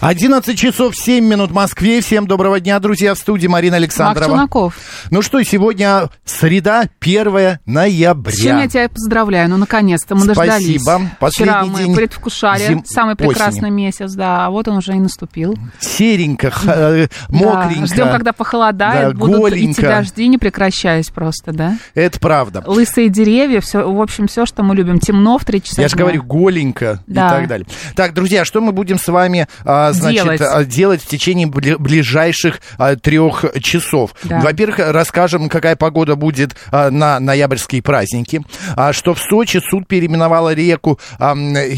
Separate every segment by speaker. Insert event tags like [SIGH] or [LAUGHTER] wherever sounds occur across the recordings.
Speaker 1: 11 часов 7 минут в Москве. Всем доброго дня, друзья. В студии Марина
Speaker 2: Мак
Speaker 1: Александрова.
Speaker 2: Челноков,
Speaker 1: Ну что, сегодня среда, 1 ноября.
Speaker 2: с чем я тебя поздравляю. Ну, наконец-то, мы
Speaker 1: Спасибо.
Speaker 2: дождались. Вчера
Speaker 1: Последний
Speaker 2: мы
Speaker 1: день
Speaker 2: предвкушали
Speaker 1: зим-
Speaker 2: самый прекрасный
Speaker 1: осени.
Speaker 2: месяц, да. А вот он уже и наступил.
Speaker 1: Серенько, х- э, мокренько.
Speaker 2: Да, Ждем, когда похолодает,
Speaker 1: Да,
Speaker 2: будут
Speaker 1: голенько.
Speaker 2: идти дожди, не прекращаясь просто, да?
Speaker 1: Это правда.
Speaker 2: Лысые деревья, все, в общем, все, что мы любим. Темно в три часа
Speaker 1: Я же
Speaker 2: дня.
Speaker 1: говорю, голенько
Speaker 2: Да.
Speaker 1: и так далее. Так, друзья, что мы будем с вами а, значит,
Speaker 2: Делать.
Speaker 1: а, делать в течение бли- ближайших а, трех часов?
Speaker 2: Да.
Speaker 1: Во-первых, расскажем, какая погода будет а, на ноябрьские праздники, а, что в Сочи суд переименовал реку... а, м, э,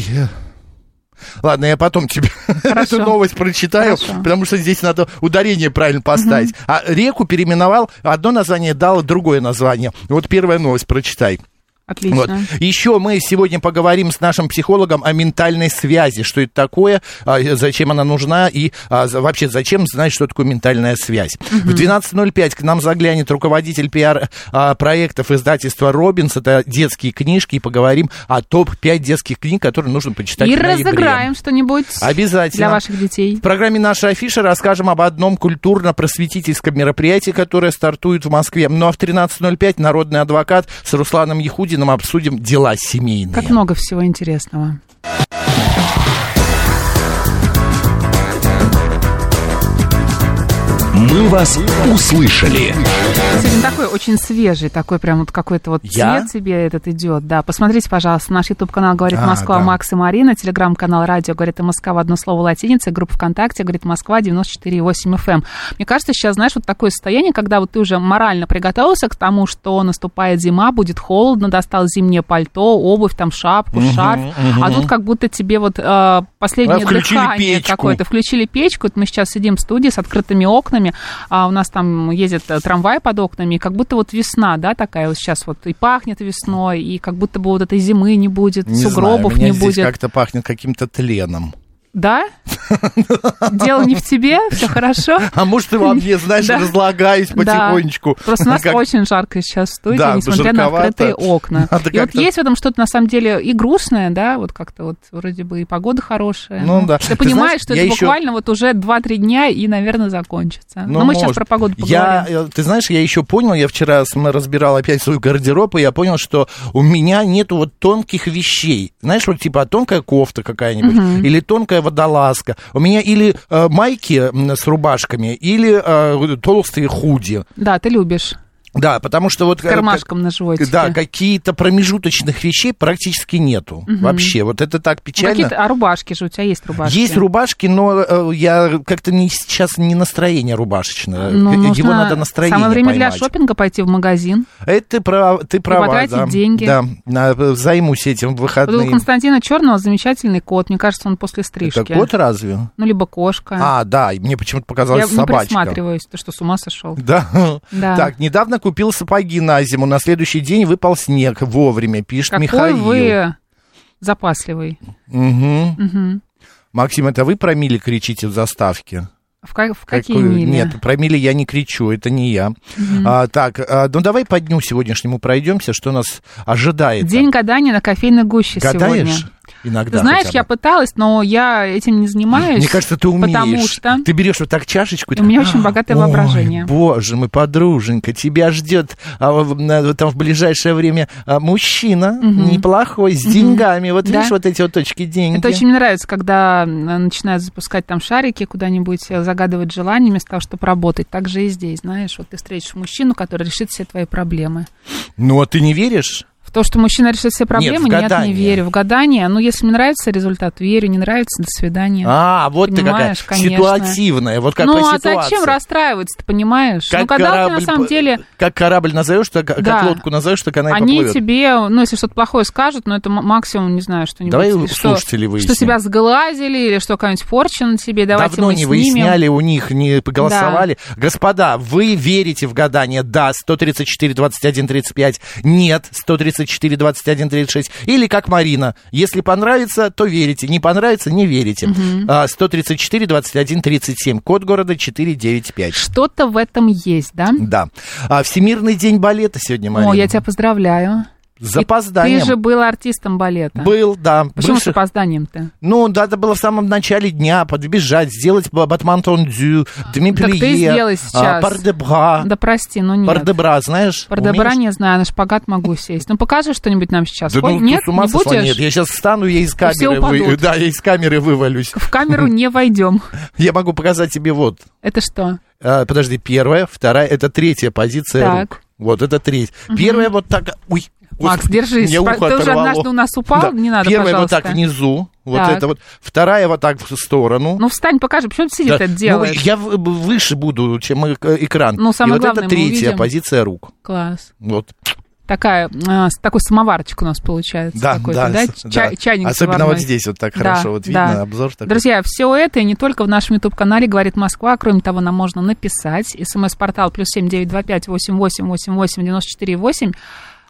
Speaker 1: Ладно, я потом тебе [LAUGHS]
Speaker 2: Хорошо.
Speaker 1: эту новость прочитаю,
Speaker 2: Хорошо.
Speaker 1: потому что здесь надо ударение правильно поставить. А реку переименовал, одно название дало другое название. Вот первая новость прочитай.
Speaker 2: Отлично.
Speaker 1: Вот. Еще мы сегодня поговорим с нашим психологом о ментальной связи, что это такое, а, зачем она нужна и а, за- вообще зачем знать, что такое ментальная связь. В 12.05 к нам заглянет руководитель пиар-проектов издательства «Робинс», это детские книжки, и поговорим о топ-5 детских книг, которые нужно почитать
Speaker 2: И
Speaker 1: в ноябре.
Speaker 2: разыграем что-нибудь
Speaker 1: Обязательно.
Speaker 2: для ваших детей.
Speaker 1: В программе «Наша афиша» расскажем об одном культурно-просветительском мероприятии, которое стартует в Москве. Ну а в 13.05 «Народный адвокат» с Русланом Яхудиным обсудим дела семейные.
Speaker 2: Как много всего интересного.
Speaker 3: «Мы вас услышали».
Speaker 2: Сегодня такой очень свежий, такой прям вот какой-то вот
Speaker 1: Я?
Speaker 2: цвет тебе этот идет. Да, посмотрите, пожалуйста, наш YouTube-канал «Говорит
Speaker 1: А,
Speaker 2: Москва»
Speaker 1: да.
Speaker 2: Макс и Марина, телеграм-канал «Радио» «Говорит и Москва» в одно слово латиница, группа ВКонтакте «Говорит Москва» 94,8 FM. эм. Мне кажется, сейчас, знаешь, вот такое состояние, когда вот ты уже морально приготовился к тому, что наступает зима, будет холодно, достал зимнее пальто, обувь, там шапку, шарф, а тут как будто тебе вот э, последнее
Speaker 1: А, включили
Speaker 2: дыхание
Speaker 1: печку.
Speaker 2: какое-то это, включили печку, вот мы сейчас сидим в студии с открытыми окнами, а у нас там ездит э, трамвай под окнами, и как будто вот весна, да, такая вот сейчас вот и пахнет весной, и как будто бы вот этой зимы не будет,
Speaker 1: Не
Speaker 2: сугробов
Speaker 1: знаю, меня
Speaker 2: не
Speaker 1: здесь
Speaker 2: будет.
Speaker 1: как-то пахнет каким-то тленом. [LAUGHS]
Speaker 2: Да? Дело не в тебе, все хорошо?
Speaker 1: А может,
Speaker 2: [LAUGHS]
Speaker 1: и во мне, знаешь,
Speaker 2: Да.
Speaker 1: разлагаюсь
Speaker 2: Да.
Speaker 1: потихонечку.
Speaker 2: Просто у нас
Speaker 1: Как-
Speaker 2: очень жарко сейчас в студии,
Speaker 1: Да,
Speaker 2: несмотря на
Speaker 1: жарковато.
Speaker 2: открытые окна.
Speaker 1: Надо
Speaker 2: и вот
Speaker 1: как-то-
Speaker 2: есть в этом что-то на самом деле и грустное, да, вот как-то вот вроде бы и погода хорошая.
Speaker 1: Ну да.
Speaker 2: Ты,
Speaker 1: Ты
Speaker 2: понимаешь,
Speaker 1: знаешь,
Speaker 2: что
Speaker 1: я
Speaker 2: это
Speaker 1: еще-
Speaker 2: буквально вот уже 2-3 дня и, наверное, закончится.
Speaker 1: Ну,
Speaker 2: Но мы сейчас
Speaker 1: может.
Speaker 2: про погоду поговорим.
Speaker 1: Я, э, ты знаешь, я еще понял, я вчера см- разбирал опять свой гардероб, и я понял, что у меня нету вот тонких вещей. Знаешь, вот типа тонкая кофта какая-нибудь, или тонкая водолазка. У меня или э, майки м, с рубашками, или э, вот толстые худи.
Speaker 2: Да, ты любишь.
Speaker 1: Да, потому что вот...
Speaker 2: С кармашком на животике.
Speaker 1: Э,
Speaker 2: Ну,
Speaker 1: Да, какие-то промежуточных вещей практически нету вообще. Вот это так
Speaker 2: Ну,
Speaker 1: печально.
Speaker 2: какие-то, а рубашки же у тебя есть рубашки?
Speaker 1: Есть рубашки, но э, я как-то не, сейчас не настроение рубашечное. Э,
Speaker 2: Ну,
Speaker 1: Его
Speaker 2: нужно
Speaker 1: надо настроение
Speaker 2: Самое время
Speaker 1: поймать.
Speaker 2: для шопинга пойти в магазин.
Speaker 1: Это ты права, ты права
Speaker 2: потратить
Speaker 1: да.
Speaker 2: деньги.
Speaker 1: Да, на- э, займусь этим в
Speaker 2: Вот у
Speaker 1: выходные.
Speaker 2: Константина Черного замечательный кот. Мне кажется, он после стрижки.
Speaker 1: Это кот разве?
Speaker 2: Ну, либо кошка.
Speaker 1: А, да, и мне почему-то
Speaker 2: Я
Speaker 1: показалось
Speaker 2: не
Speaker 1: собачка.
Speaker 2: присматриваюсь. Ты что, с ума сошел?
Speaker 1: Да.
Speaker 2: Да.
Speaker 1: Так, недавно купил сапоги на зиму. На следующий день выпал снег вовремя, пишет
Speaker 2: Какой
Speaker 1: Михаил.
Speaker 2: вы запасливый.
Speaker 1: Мгм.
Speaker 2: Мгм.
Speaker 1: Максим, это вы про мили кричите в заставке?
Speaker 2: В, ка- в какие
Speaker 1: Какую?
Speaker 2: мили?
Speaker 1: Нет, про мили я не кричу, это не я. А, так, а, ну давай по дню сегодняшнему пройдемся, что нас ожидает.
Speaker 2: День гадания на кофейной гуще
Speaker 1: Гадаешь?
Speaker 2: сегодня.
Speaker 1: Иногда.
Speaker 2: Ты знаешь,
Speaker 1: хотя бы.
Speaker 2: я пыталась, но я этим не занимаюсь.
Speaker 1: Мне кажется, ты умеешь.
Speaker 2: Потому что...
Speaker 1: Ты берешь вот так чашечку. и
Speaker 2: У меня
Speaker 1: так, «А,
Speaker 2: очень богатое
Speaker 1: «Ой,
Speaker 2: воображение».
Speaker 1: боже мой, подруженька, тебя ждет а, в- на- там в ближайшее время а, мужчина неплохой, с деньгами. Вот
Speaker 2: Да.
Speaker 1: видишь вот эти вот точки деньги.
Speaker 2: Это очень мне нравится, когда э, начинают запускать там шарики куда-нибудь, э, загадывать желание вместо того, чтобы работать. Так же и здесь, знаешь. Вот ты встретишь мужчину, который решит все твои проблемы.
Speaker 1: Ну, а ты не веришь?
Speaker 2: В То, что мужчина решит все проблемы,
Speaker 1: в
Speaker 2: нет, не
Speaker 1: гадание.
Speaker 2: верю. В гадание, ну, если мне нравится результат, верю, не нравится, до свидания.
Speaker 1: А, вот ты какая
Speaker 2: Понимаешь, конечно.
Speaker 1: ситуативная. Вот как
Speaker 2: ну,
Speaker 1: по
Speaker 2: а
Speaker 1: ситуации.
Speaker 2: зачем расстраиваться, ты понимаешь?
Speaker 1: Как
Speaker 2: ну, когда
Speaker 1: корабль,
Speaker 2: ты на самом
Speaker 1: п-
Speaker 2: деле...
Speaker 1: Как корабль назовешь, так,
Speaker 2: Да.
Speaker 1: как лодку назовешь, так она и
Speaker 2: Они
Speaker 1: поплывет.
Speaker 2: тебе, ну, если что-то плохое скажут, но это м- максимум, не знаю, что-нибудь.
Speaker 1: Давай у
Speaker 2: что,
Speaker 1: слушателей выясним.
Speaker 2: Что тебя сглазили или что какая-нибудь порча на тебе, давайте
Speaker 1: Давно
Speaker 2: мы
Speaker 1: не
Speaker 2: снимем.
Speaker 1: выясняли у них, не голосовали. Господа, вы верите в гадание? Да, 134, 21, 35. Нет, 134, 21, 36. Или как Марина. Если понравится, то верите. Не понравится, не верите. А, 134, 21, 37. Код города 495.
Speaker 2: Что-то в этом есть, да?
Speaker 1: Да. А, Всемирный день балета сегодня, Марина.
Speaker 2: О, я тебя поздравляю.
Speaker 1: С
Speaker 2: И
Speaker 1: запозданием.
Speaker 2: Ты же был артистом балета.
Speaker 1: Был, да.
Speaker 2: Почему с
Speaker 1: Бывших-
Speaker 2: опозданием-то?
Speaker 1: Ну, надо было в самом начале дня подбежать, сделать ба- батман тондю, демиплие,
Speaker 2: Так ты и сделай сейчас.
Speaker 1: а, пардебра.
Speaker 2: Да прости, ну нет.
Speaker 1: Пардебра, знаешь?
Speaker 2: Пардебра
Speaker 1: А. умеешь?
Speaker 2: не знаю, на шпагат могу сесть. Ну покажи что-нибудь нам сейчас.
Speaker 1: Да
Speaker 2: Ой,
Speaker 1: ну,
Speaker 2: нет,
Speaker 1: ты с ума
Speaker 2: не
Speaker 1: сошла?
Speaker 2: будешь?
Speaker 1: Нет, я сейчас встану, я из
Speaker 2: все
Speaker 1: камеры, вы-
Speaker 2: упадут.
Speaker 1: да, я из камеры вывалюсь.
Speaker 2: В камеру не войдем.
Speaker 1: [LAUGHS] Я могу показать тебе вот.
Speaker 2: Это что?
Speaker 1: Э, подожди, первая, вторая, это третья позиция
Speaker 2: Так.
Speaker 1: рук. Вот это третья. Первая вот так. Ой,
Speaker 2: Макс,
Speaker 1: господи,
Speaker 2: держись.
Speaker 1: мне ухо
Speaker 2: Ты уже
Speaker 1: оторвало.
Speaker 2: однажды у нас упал,
Speaker 1: Да.
Speaker 2: не надо,
Speaker 1: Первая
Speaker 2: пожалуйста.
Speaker 1: вот так внизу, вот
Speaker 2: Так.
Speaker 1: это вот. Вторая вот так в сторону.
Speaker 2: Ну встань, покажи, почему ты сидит
Speaker 1: Да.
Speaker 2: это делаешь?
Speaker 1: Ну, я в- в- выше буду, чем э- э- экран.
Speaker 2: Ну, самое
Speaker 1: и вот
Speaker 2: главное, мы
Speaker 1: это третья
Speaker 2: увидим.
Speaker 1: позиция рук.
Speaker 2: Класс.
Speaker 1: Вот.
Speaker 2: Такая, а, с- такой самоварчик у нас получается.
Speaker 1: Да,
Speaker 2: какой-то,
Speaker 1: да,
Speaker 2: Ч-
Speaker 1: да.
Speaker 2: чай- Чайник
Speaker 1: Особенно
Speaker 2: заварной.
Speaker 1: вот здесь вот так
Speaker 2: Да,
Speaker 1: хорошо вот видно,
Speaker 2: да.
Speaker 1: обзор такой.
Speaker 2: Друзья, все это и не только в нашем YouTube-канале «Говорит Москва». Кроме того, нам можно написать. СМС-портал плюс семь девять два пять восемь восемь восемь восемь девяносто четыре восемь.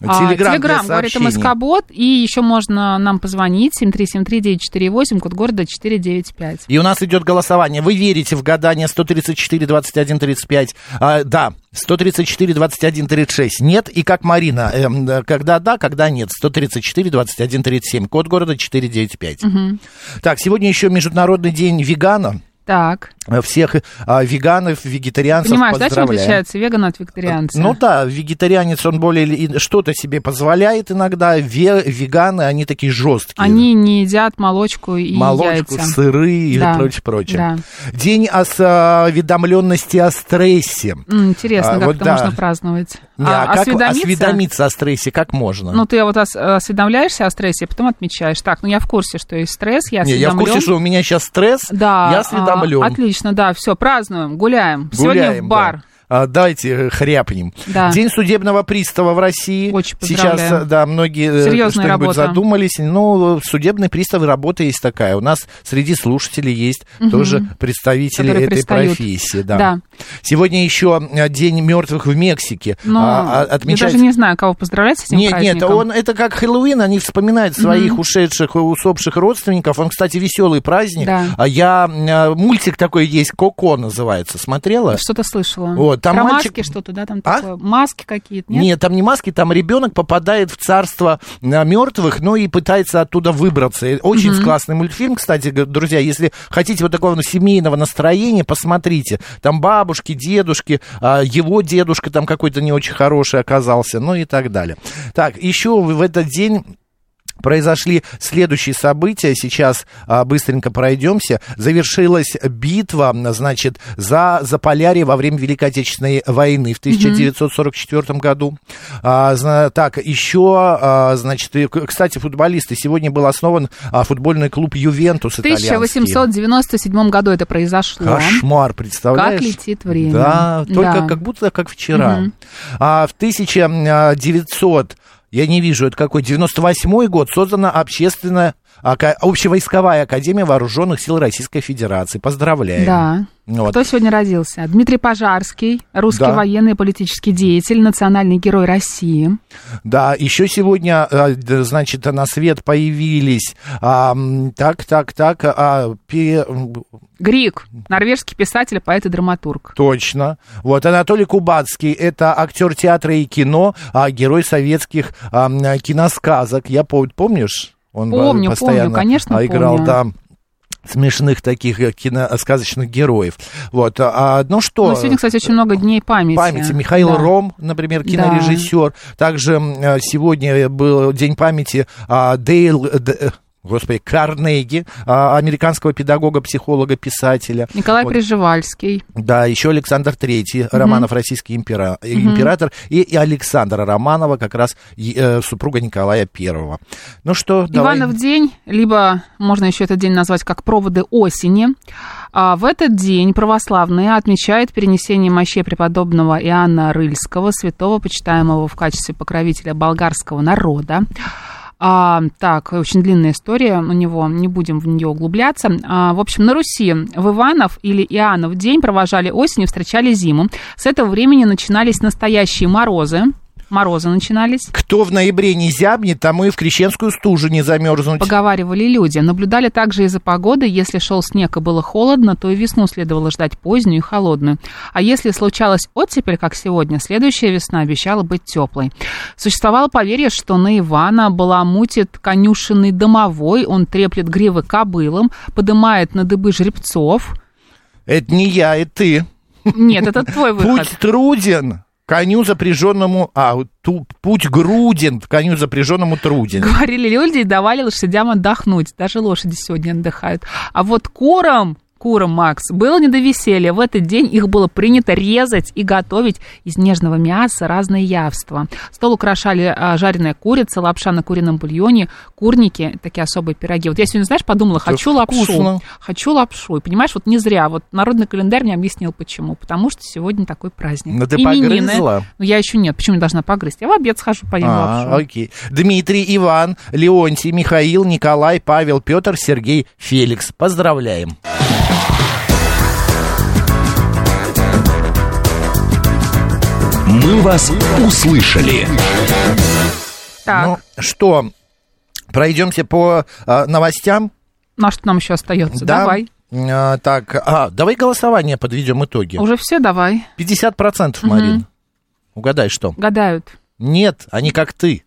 Speaker 2: А,
Speaker 1: Телеграм для
Speaker 2: Телеграм, говорит
Speaker 1: сообщений.
Speaker 2: МСК-бот. И еще можно нам позвонить 7373948, код города 495.
Speaker 1: И у нас идет голосование. Вы верите в гадание 134, 21, 35? А, да, 134, 21, 36. Нет, и как Марина, эм, да, когда да, когда нет. 134, 21, 37. Код города 495. Так, сегодня еще Международный день вегана.
Speaker 2: Так.
Speaker 1: Э, Всех а, веганов, вегетарианцев
Speaker 2: Понимаешь, да, чем
Speaker 1: А, поздравляем.
Speaker 2: отличается веган от вегетарианца?
Speaker 1: Ну да, вегетарианец, он более или ин- что-то себе позволяет иногда. Ве- веганы, они такие жесткие.
Speaker 2: Они не едят молочку и
Speaker 1: Молочку,
Speaker 2: яйца.
Speaker 1: сыры и
Speaker 2: Да,
Speaker 1: прочее, прочее.
Speaker 2: да.
Speaker 1: День осведомленности о стрессе.
Speaker 2: М, Интересно,
Speaker 1: А,
Speaker 2: как
Speaker 1: вот
Speaker 2: это
Speaker 1: да.
Speaker 2: можно праздновать.
Speaker 1: Не, а как
Speaker 2: осведомиться?
Speaker 1: осведомиться о стрессе как можно?
Speaker 2: Ну, ты вот ос- осведомляешься о стрессе, а потом отмечаешь. Так, ну я в курсе, что есть стресс, я
Speaker 1: Не,
Speaker 2: осведомлен.
Speaker 1: я в курсе, что у меня сейчас стресс,
Speaker 2: Да,
Speaker 1: я
Speaker 2: а,
Speaker 1: осведомлен.
Speaker 2: отлично, да, все, празднуем, гуляем. Сегодня
Speaker 1: Гуляем,
Speaker 2: в бар.
Speaker 1: да. А, Давайте э, хряпнем.
Speaker 2: Да.
Speaker 1: День судебного пристава в России.
Speaker 2: Очень
Speaker 1: Сейчас,
Speaker 2: поздравляем.
Speaker 1: э, да, многие э,
Speaker 2: Серьезная
Speaker 1: что-нибудь
Speaker 2: работа.
Speaker 1: задумались. Ну, судебный пристав работа есть такая. У нас среди слушателей есть тоже представители
Speaker 2: Которые
Speaker 1: этой
Speaker 2: пристают.
Speaker 1: профессии. Да.
Speaker 2: Да.
Speaker 1: Сегодня еще э, День мертвых в Мексике.
Speaker 2: Ну,
Speaker 1: А, а,
Speaker 2: я
Speaker 1: отмечается-
Speaker 2: даже не знаю, кого поздравлять с этим
Speaker 1: нет,
Speaker 2: праздником.
Speaker 1: нет, он, это как Хэллоуин, они вспоминают своих ушедших, усопших родственников. Он, кстати, веселый праздник.
Speaker 2: Да.
Speaker 1: А я, э, мультик такой есть, Коко называется, смотрела?
Speaker 2: Что-то слышала.
Speaker 1: Вот, там
Speaker 2: Про
Speaker 1: мальчик-
Speaker 2: маски что-то, да, там
Speaker 1: А?
Speaker 2: такое. Маски какие-то, нет?
Speaker 1: Нет? там не маски, там ребенок попадает в царство мертвых, но и пытается оттуда выбраться. И Очень классный мультфильм, кстати, г- друзья, если хотите вот такого ну, семейного настроения, посмотрите. Там бабушки, дедушки, а, его дедушка там какой-то не очень хороший оказался, ну и так далее. Так, еще в в этот день произошли следующие события. Сейчас а, быстренько пройдемся. Завершилась битва, м, значит, за Заполярье во время Великой Отечественной войны в 1944 году. А, зна- так, еще, а, значит, и, к- кстати, футболисты. Сегодня был основан а, футбольный клуб «Ювентус»
Speaker 2: В
Speaker 1: итальянский.
Speaker 2: 1897 году это произошло.
Speaker 1: Кошмар,
Speaker 2: Как
Speaker 1: представляешь?
Speaker 2: летит время.
Speaker 1: Да, только
Speaker 2: Да.
Speaker 1: как будто как вчера. А в 1900, я не вижу, это какой, 98 год создана общественная, ака- общевойсковая академия вооруженных сил Российской Федерации. Поздравляем.
Speaker 2: Да.
Speaker 1: Ну, Вот.
Speaker 2: Кто сегодня родился? Дмитрий Пожарский, русский
Speaker 1: Да.
Speaker 2: военный и политический деятель, национальный герой России.
Speaker 1: Да, еще сегодня, э, д- значит, на свет появились, а, м, так, так, так, а, пе- м,
Speaker 2: Грик, норвежский писатель, поэт и драматург.
Speaker 1: Точно. Вот Анатолий Кубацкий это актер театра и кино, а герой советских а, м, а, киносказок. Я пом- помнишь? Он а,
Speaker 2: Помню,
Speaker 1: постоянно
Speaker 2: помню, конечно,
Speaker 1: а, играл
Speaker 2: помню.
Speaker 1: там смешных таких э, киносказочных героев. Вот. А, а, ну что?
Speaker 2: Ну, сегодня, кстати, очень много дней памяти.
Speaker 1: памяти. Михаил
Speaker 2: Да.
Speaker 1: Ром, например,
Speaker 2: Да.
Speaker 1: кинорежиссер. Также м, э, сегодня был день памяти а, Дейл... э, Д- э, господи, Карнеги, а, американского педагога, психолога, писателя.
Speaker 2: Николай
Speaker 1: Вот.
Speaker 2: Приживальский.
Speaker 1: Да, еще Александр Третий, Романов, российский импера- э, император, и, и Александра Романова, как раз и, э, супруга Николая Первого. Ну что, давай.
Speaker 2: Иванов день, либо можно еще этот день назвать как проводы осени. А в этот день православные отмечают перенесение мощей преподобного Иоанна Рыльского, святого, почитаемого в качестве покровителя болгарского народа. А, так, очень длинная история у него, не будем в нее углубляться. А, в общем, на Руси в Иванов или Иоаннов день провожали осень и встречали зиму. С этого времени начинались настоящие морозы. Морозы начинались.
Speaker 1: Кто в ноябре не зябнет, тому и в крещенскую стужу не замерзнуть.
Speaker 2: Поговаривали люди. Наблюдали также из-за погоды. Если шел снег и было холодно, то и весну следовало ждать позднюю и холодную. А если случалась оттепель, как сегодня, следующая весна обещала быть теплой. Существовало поверье, что на Ивана баламутит конюшенный домовой, он треплет гривы кобылам, подымает на дыбы жребцов.
Speaker 1: Это не я, это ты.
Speaker 2: Нет, это твой выход.
Speaker 1: Путь труден. Коню запряженному... А, ту- путь груден, коню запряженному труден.
Speaker 2: [LAUGHS] Говорили люди и давали лошадям отдохнуть. Даже лошади сегодня отдыхают. А вот курам, курам, Макс, было не до веселья. В этот день их было принято резать и готовить из нежного мяса разные явства. Стол украшали а, жареная курица, лапша на курином бульоне, курники, такие особые пироги. Вот я сегодня, знаешь, подумала, хочу лапшу.
Speaker 1: вкусно.
Speaker 2: Хочу лапшу. И понимаешь, вот не зря. Вот народный календарь мне объяснил, почему. Потому что сегодня такой праздник.
Speaker 1: Но ты
Speaker 2: Именины.
Speaker 1: погрызла?
Speaker 2: Ну, я еще нет. Почему я должна погрызть? Я в обед схожу, поем лапшу.
Speaker 1: А, окей. Дмитрий, Иван, Леонтий, Михаил, Николай, Павел, Петр, Сергей, Феликс. Поздравляем.
Speaker 3: «Мы вас услышали».
Speaker 2: Так.
Speaker 1: Ну что, пройдемся по а, новостям.
Speaker 2: На что нам еще остается?
Speaker 1: Да?
Speaker 2: Давай.
Speaker 1: А, так, а, давай голосование подведем итоги.
Speaker 2: Уже все, давай.
Speaker 1: 50%, Марин. Угадай, что?
Speaker 2: Гадают.
Speaker 1: Нет, они как ты.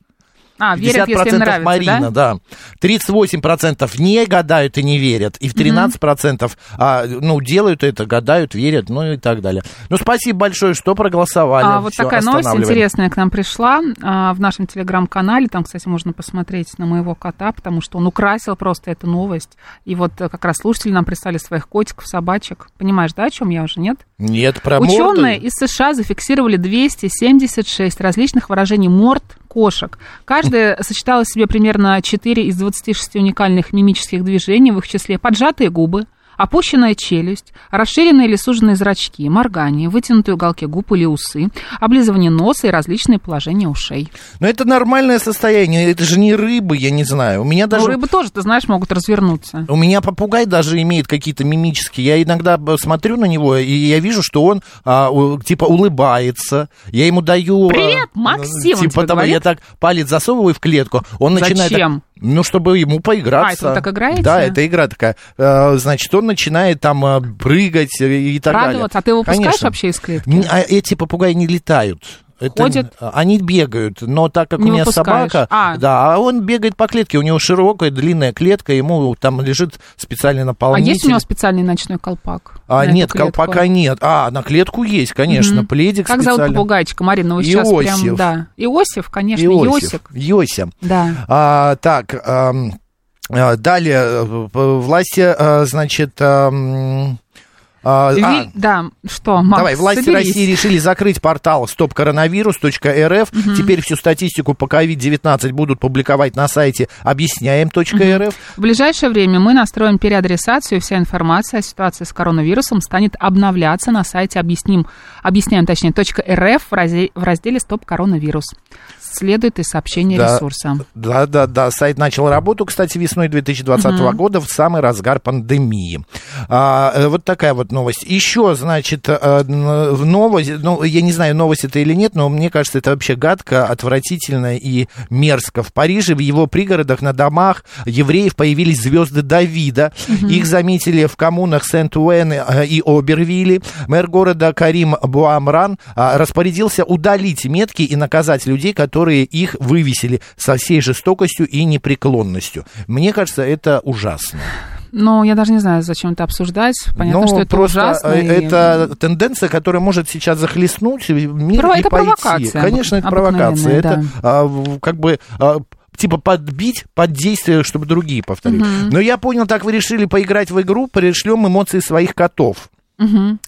Speaker 2: А,
Speaker 1: 50%
Speaker 2: верят, если им нравится,
Speaker 1: Марина,
Speaker 2: да?
Speaker 1: да? 38% не гадают и не верят. И в 13% а, ну, делают это, гадают, верят, ну и так далее. Ну, спасибо большое, что проголосовали.
Speaker 2: А, вот
Speaker 1: Всё,
Speaker 2: такая новость
Speaker 1: останавливаем.
Speaker 2: интересная к нам пришла а, в нашем телеграм-канале. Там, кстати, можно посмотреть на моего кота, потому что он украсил просто эту новость. И вот э, как раз слушатели нам прислали своих котиков, собачек. Понимаешь, да, о чем я уже, нет?
Speaker 1: Нет, про
Speaker 2: Ученые
Speaker 1: морды.
Speaker 2: из США зафиксировали 276 различных выражений морд кошек. Каждая сочетала в себе примерно 4 из 26 уникальных мимических движений, в их числе поджатые губы, опущенная челюсть, расширенные или суженные зрачки, моргание, вытянутые уголки губ или усы, облизывание носа и различные положения ушей.
Speaker 1: Но это нормальное состояние, это же не рыбы, я не знаю. У меня
Speaker 2: Но
Speaker 1: даже...
Speaker 2: Ну, рыбы тоже, ты знаешь, могут развернуться.
Speaker 1: У меня попугай даже имеет какие-то мимические. Я иногда б- смотрю на него, и я вижу, что он а, у- типа улыбается. Я ему даю... а,
Speaker 2: «Привет, Максим!» он тебе
Speaker 1: Типа того, я
Speaker 2: говорит?
Speaker 1: так палец засовываю в клетку. Он начинает... так-
Speaker 2: Зачем?
Speaker 1: ну, чтобы ему поиграться.
Speaker 2: А, это вы так играете?
Speaker 1: Да, это игра такая. А, Значит, он начинает там а, прыгать и так далее.
Speaker 2: Радоваться. А ты его пускаешь
Speaker 1: Конечно.
Speaker 2: вообще из клетки?
Speaker 1: Не, а эти попугаи не летают. Это- а,
Speaker 2: Ходят?
Speaker 1: Они бегают, но так как
Speaker 2: Не
Speaker 1: у меня
Speaker 2: выпускаешь.
Speaker 1: собака,
Speaker 2: А.
Speaker 1: да, а он бегает по клетке, у него широкая, длинная клетка, ему там лежит специальный
Speaker 2: А
Speaker 1: наполнитель.
Speaker 2: есть у него специальный ночной колпак?
Speaker 1: А,
Speaker 2: на эту
Speaker 1: нет,
Speaker 2: клетку?
Speaker 1: колпака нет. А, на клетку есть, конечно,
Speaker 2: Мгм.
Speaker 1: пледик
Speaker 2: Как зовут
Speaker 1: специальный.
Speaker 2: попугайчика, Марина? Вы сейчас прям,
Speaker 1: Иосиф.
Speaker 2: да. Иосиф, конечно,
Speaker 1: Иосиф.
Speaker 2: Иосик.
Speaker 1: Йося.
Speaker 2: Да.
Speaker 1: А, так, ам, а, далее э, в- власти, а, значит... ам, а,
Speaker 2: Ви-
Speaker 1: а,
Speaker 2: Да, что, Макс,
Speaker 1: Давай, власти
Speaker 2: соберись.
Speaker 1: России решили закрыть портал stopcoronavirus.rf. Теперь всю статистику по COVID-19 будут публиковать на сайте объясняем.рф.
Speaker 2: В ближайшее время мы настроим переадресацию, и вся информация о ситуации с коронавирусом станет обновляться на сайте объясним, объясняем, точнее, .рф в, разе- в разделе «Стоп коронавирус». Следует и сообщение
Speaker 1: Да.
Speaker 2: ресурса.
Speaker 1: Да, да, да. Сайт начал работу, кстати, весной 2020 года, в самый разгар пандемии. А, э, вот такая вот новость. Еще, значит, э, н- в новость, ну, я не знаю, новость это или нет, но мне кажется, это вообще гадко, отвратительно и мерзко. В Париже, в его пригородах, на домах евреев появились звезды Давида. Их заметили в коммунах Сент-Уэн э, и Обервилли. Мэр города Карим Буамран а, распорядился удалить метки и наказать людей, которые их вывесили со всей жестокостью и непреклонностью. Мне кажется, это ужасно.
Speaker 2: Ну, я даже не знаю, зачем это обсуждать. Понятно,
Speaker 1: Ну,
Speaker 2: что это
Speaker 1: просто
Speaker 2: ужасно.
Speaker 1: э,
Speaker 2: и-
Speaker 1: Это тенденция, которая может сейчас захлестнуть мир
Speaker 2: Про-
Speaker 1: и
Speaker 2: это
Speaker 1: пойти.
Speaker 2: провокация
Speaker 1: Конечно, это
Speaker 2: обыкновенная,
Speaker 1: провокация. Это
Speaker 2: да.
Speaker 1: а, в- как бы а, типа подбить под действие, чтобы другие повторили. Но я понял, так вы решили поиграть в игру, пришлем эмоции своих котов.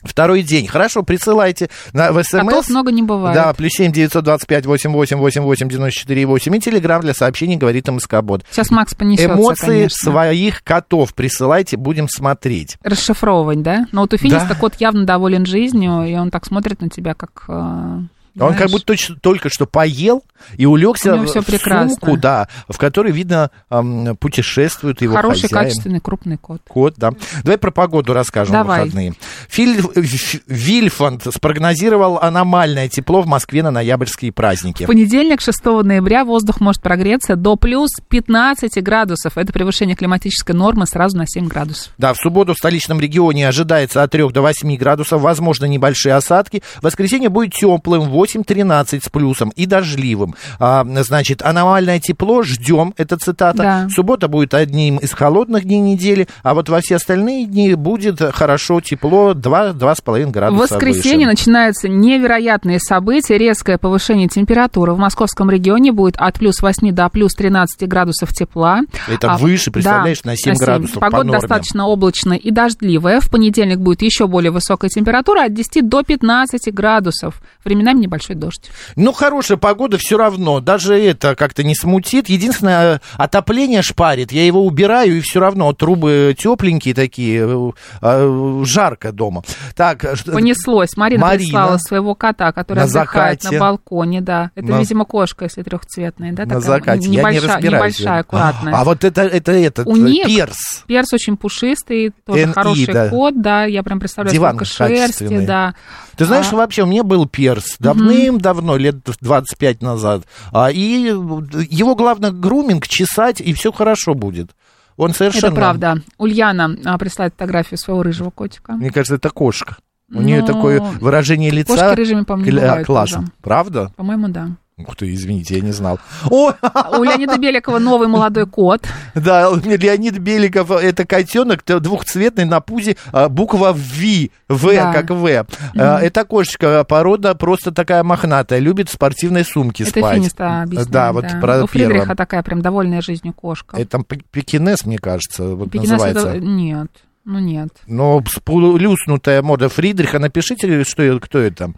Speaker 1: Второй день. Хорошо, присылайте на, в СМС.
Speaker 2: Котов много не бывает.
Speaker 1: Да, плюс семь девятьсот двадцать пять восемь восемь восемь восемь девяносто четыре восемь. И телеграмм для сообщений говорит МСК Бот.
Speaker 2: Сейчас Макс понесется,
Speaker 1: Эмоции
Speaker 2: конечно.
Speaker 1: своих котов присылайте, будем смотреть.
Speaker 2: Расшифровывать, да? Но вот у Финиста
Speaker 1: Да.
Speaker 2: кот явно доволен жизнью, и он так смотрит на тебя, как... э,
Speaker 1: А Он
Speaker 2: знаешь,
Speaker 1: как будто точно- только что поел и улегся
Speaker 2: У него
Speaker 1: в
Speaker 2: всё
Speaker 1: сумку,
Speaker 2: прекрасно.
Speaker 1: да, в которой, видно, ам, путешествует его
Speaker 2: Хороший,
Speaker 1: хозяин.
Speaker 2: качественный, крупный кот.
Speaker 1: Кот, да. Давай про погоду расскажем
Speaker 2: Давай.
Speaker 1: в выходные. Филь... Ф- Вильфанд спрогнозировал аномальное тепло в Москве на ноябрьские праздники.
Speaker 2: В понедельник, 6 ноября, воздух может прогреться до плюс 15 градусов. Это превышение климатической нормы сразу на 7 градусов.
Speaker 1: Да, в субботу в столичном регионе ожидается от 3 до 8 градусов, возможно, небольшие осадки. Воскресенье будет теплым, 8-13 с плюсом и дождливым. А, значит, аномальное тепло ждем, это цитата.
Speaker 2: Да.
Speaker 1: Суббота будет одним из холодных дней недели, а вот во все остальные дни будет хорошо тепло, 2-2,5
Speaker 2: В
Speaker 1: градуса
Speaker 2: воскресенье
Speaker 1: выше.
Speaker 2: начинаются невероятные события. Резкое повышение температуры в московском регионе будет от плюс 8 до плюс 13 градусов тепла. А,
Speaker 1: Это выше, представляешь, на 7 градусов по
Speaker 2: Погода
Speaker 1: норме.
Speaker 2: достаточно облачная и дождливая. В понедельник будет еще более высокая температура от 10 до 15 градусов. Временами небольшой дождь.
Speaker 1: Ну, хорошая погода все равно. Даже это как-то не смутит. Единственное, э, отопление шпарит. Я его убираю, и все равно трубы тепленькие такие. э, э, Жарко дома. Так, э, что-
Speaker 2: Понеслось. Марина,
Speaker 1: Марина.
Speaker 2: прислала своего кота, который
Speaker 1: На
Speaker 2: отдыхает
Speaker 1: закате.
Speaker 2: на балконе, да. Это,
Speaker 1: На-
Speaker 2: видимо, кошка, если трехцветная, да?
Speaker 1: на
Speaker 2: такая
Speaker 1: закате. Я
Speaker 2: Небольшая,
Speaker 1: не разбираюсь.
Speaker 2: небольшая, аккуратная.
Speaker 1: А вот это, это этот,
Speaker 2: Уник.
Speaker 1: перс.
Speaker 2: Перс очень пушистый, тоже
Speaker 1: NE,
Speaker 2: хороший
Speaker 1: да.
Speaker 2: кот, да, я прям представляю,
Speaker 1: Диван
Speaker 2: сколько шерсти,
Speaker 1: качественный.
Speaker 2: да.
Speaker 1: Ты знаешь,
Speaker 2: А.
Speaker 1: вообще у меня был перс давным-давно, лет 25 назад. А, И его главное груминг, чесать, и все хорошо будет. Он совершенно...
Speaker 2: Это правда. Ульяна а, присылает фотографию своего рыжего котика.
Speaker 1: Мне кажется, это кошка. У нее
Speaker 2: Ну,
Speaker 1: такое выражение лица.
Speaker 2: Кошки рыжими, по-моему, не
Speaker 1: Кля-
Speaker 2: бывают
Speaker 1: классно.
Speaker 2: тоже.
Speaker 1: Правда?
Speaker 2: По-моему, да. А
Speaker 1: Ух ты, извините, я не знал. О, [LAUGHS]
Speaker 2: У Леонида Беликова новый молодой кот.
Speaker 1: да, Леонид Беликов, это котенок т- двухцветный на пузе а, буква V, В,
Speaker 2: Да.
Speaker 1: как В. А, Это кошечка, порода просто такая мохнатая, любит в спортивной сумке
Speaker 2: Это
Speaker 1: спать.
Speaker 2: Финиста объясняет. Ну,
Speaker 1: Да, вот про
Speaker 2: У Фридриха
Speaker 1: первое.
Speaker 2: такая прям довольная жизнью кошка.
Speaker 1: Это там пе- пекинес, мне кажется, вот
Speaker 2: Пекинес
Speaker 1: называется.
Speaker 2: это- Нет, ну нет.
Speaker 1: Но сплюснутая мода Фридриха, напишите, что, э- кто это.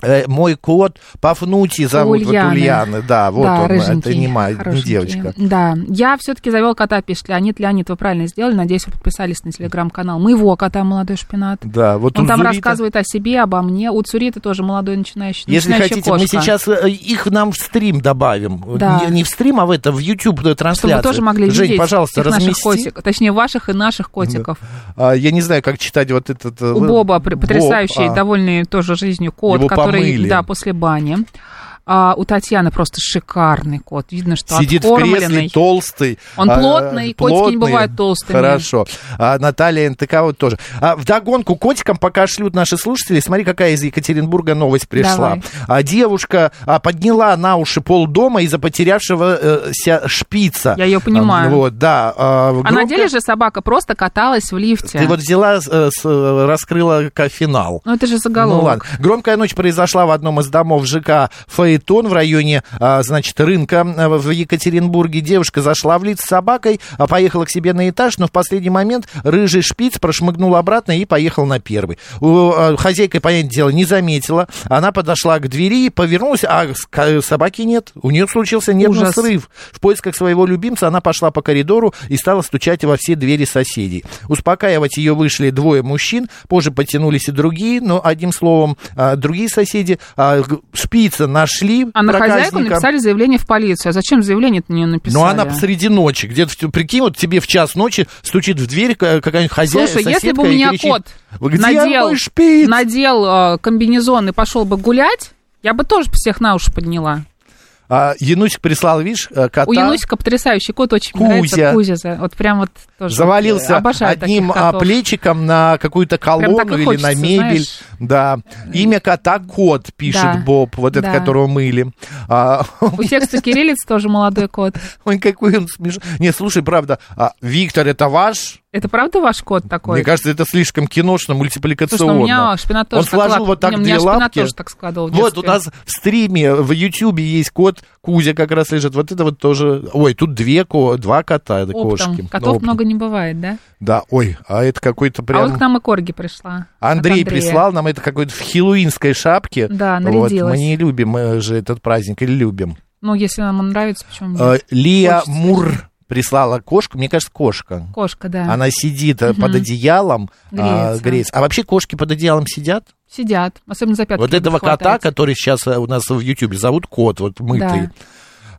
Speaker 1: Э, Мой кот Пафнути зовут
Speaker 2: Ульяны.
Speaker 1: вот Ульяны, да, вот
Speaker 2: да,
Speaker 1: он, это
Speaker 2: рыженький,
Speaker 1: не, ма- не
Speaker 2: хорошенький.
Speaker 1: девочка.
Speaker 2: Да, я все-таки завел кота, пишет Леонид. Леонид, вы правильно сделали. Надеюсь, вы подписались на телеграм-канал моего кота «Молодой шпинат».
Speaker 1: Да, вот
Speaker 2: Он там
Speaker 1: Урзулита.
Speaker 2: рассказывает о себе, обо мне. У Цурита тоже молодой начинающий,
Speaker 1: Если
Speaker 2: начинающая
Speaker 1: хотите,
Speaker 2: кошка.
Speaker 1: мы сейчас э, их нам в стрим добавим.
Speaker 2: Да.
Speaker 1: Не, не в стрим, а в это, в YouTube
Speaker 2: чтобы
Speaker 1: трансляцию.
Speaker 2: вы тоже могли
Speaker 1: Жень,
Speaker 2: видеть
Speaker 1: пожалуйста,
Speaker 2: всех наших
Speaker 1: размести.
Speaker 2: котиков, точнее ваших и наших котиков.
Speaker 1: А, я не знаю, как читать вот этот... э,
Speaker 2: У Боба пр-
Speaker 1: Боб,
Speaker 2: потрясающий,
Speaker 1: а.
Speaker 2: довольный тоже жизнью кот,
Speaker 1: Его
Speaker 2: который
Speaker 1: помыли.
Speaker 2: да после бани. А у Татьяны просто шикарный кот, видно, что
Speaker 1: Сидит в кресле,
Speaker 2: откормленный.
Speaker 1: толстый.
Speaker 2: Он
Speaker 1: а,
Speaker 2: плотный, котики не бывают толстыми.
Speaker 1: Хорошо. А Наталья НТК вот тоже. А вдогонку котикам пока шлют наши слушатели. Смотри, какая из Екатеринбурга новость пришла.
Speaker 2: Давай.
Speaker 1: А, девушка а, подняла на уши полдома из-за потерявшегося э, шпица.
Speaker 2: Я её понимаю.
Speaker 1: А, Вот, да. А,
Speaker 2: А на
Speaker 1: громко-
Speaker 2: деле же собака просто каталась в лифте.
Speaker 1: Ты вот взяла, э, с- э, раскрыла ка- финал.
Speaker 2: Ну это же
Speaker 1: Ну
Speaker 2: заголовок.
Speaker 1: ладно. Громкая ночь произошла в одном из домов ЖК Фаэтон в районе, а, значит, рынка а, в Екатеринбурге. Девушка зашла в лифт с собакой, а поехала к себе на этаж, но в последний момент рыжий шпиц прошмыгнул обратно и поехал на первый. У, а, Хозяйка, понятное дело, не заметила. Она подошла к двери, повернулась, а с- к- собаки нет. У нее случился нервный
Speaker 2: Ужас.
Speaker 1: срыв. В поисках своего любимца она пошла по коридору и стала стучать во все двери соседей. Успокаивать ее вышли двое мужчин, позже подтянулись и другие, но одним словом, а, другие соседи а, г- шпица нашли.
Speaker 2: А на хозяйку
Speaker 1: проказника.
Speaker 2: написали заявление в полицию. А зачем заявление-то не написали?
Speaker 1: Но Ну, она посреди ночи, где-то, в- прикинь, вот тебе в час ночи стучит в дверь ка- какая-нибудь хозяйка,
Speaker 2: Слушай, если бы у меня кот
Speaker 1: Где
Speaker 2: надел,
Speaker 1: мой шпиц?
Speaker 2: надел э, комбинезон и пошел бы гулять, я бы тоже всех на уши подняла.
Speaker 1: А, Янусик прислал, видишь, э, кота.
Speaker 2: У Янусика потрясающий кот, очень
Speaker 1: Кузя.
Speaker 2: нравится Кузя. за- Вот прям вот тоже.
Speaker 1: завалился
Speaker 2: Обожаю
Speaker 1: одним
Speaker 2: таких
Speaker 1: а,
Speaker 2: котов.
Speaker 1: плечиком на какую-то колонну
Speaker 2: так и
Speaker 1: или на
Speaker 2: хочется,
Speaker 1: мебель.
Speaker 2: знаешь.
Speaker 1: Да. Имя кота Кот, пишет
Speaker 2: Да,
Speaker 1: Боб, вот этот,
Speaker 2: да.
Speaker 1: которого мыли. А, [LAUGHS]
Speaker 2: У текста кириллиц тоже молодой кот.
Speaker 1: ой, какой он смешной. Не, слушай, правда, а, Виктор, это ваш?
Speaker 2: Это правда ваш кот такой?
Speaker 1: Мне кажется, это слишком киношно,
Speaker 2: Потому что
Speaker 1: мультипликационно.
Speaker 2: ну, у меня шпинат тоже
Speaker 1: он сложил
Speaker 2: лап-
Speaker 1: вот так
Speaker 2: у меня
Speaker 1: две
Speaker 2: шпинат
Speaker 1: лапки.
Speaker 2: тоже так складывал в
Speaker 1: Вот, у
Speaker 2: детстве.
Speaker 1: нас в стриме в Ютьюбе есть кот Кузя как раз лежит. Вот это вот тоже... Ой, тут две, ко- два кота, это
Speaker 2: Оптом.
Speaker 1: кошки.
Speaker 2: Котов
Speaker 1: Оптом.
Speaker 2: много не бывает, да?
Speaker 1: Да, ой, а это какой-то прям...
Speaker 2: А вот к нам и корги пришла. от
Speaker 1: Андрей
Speaker 2: Андрея.
Speaker 1: прислал нам это какой-то в хилуинской шапке.
Speaker 2: Да,
Speaker 1: вот, мы
Speaker 2: нарядилась.
Speaker 1: не любим э, же этот праздник, или любим.
Speaker 2: Ну, если нам он нравится, почему нет?
Speaker 1: Э, Лия
Speaker 2: Хочется.
Speaker 1: Мур прислала кошку, мне кажется, кошка.
Speaker 2: Кошка, да.
Speaker 1: Она сидит э, под одеялом, а,
Speaker 2: Греется.
Speaker 1: греется. А вообще кошки под одеялом сидят?
Speaker 2: Сидят, особенно за пятки.
Speaker 1: вот
Speaker 2: любят
Speaker 1: этого кота,
Speaker 2: хватать.
Speaker 1: который сейчас э, у нас в Ютубе зовут Кот, вот мытый.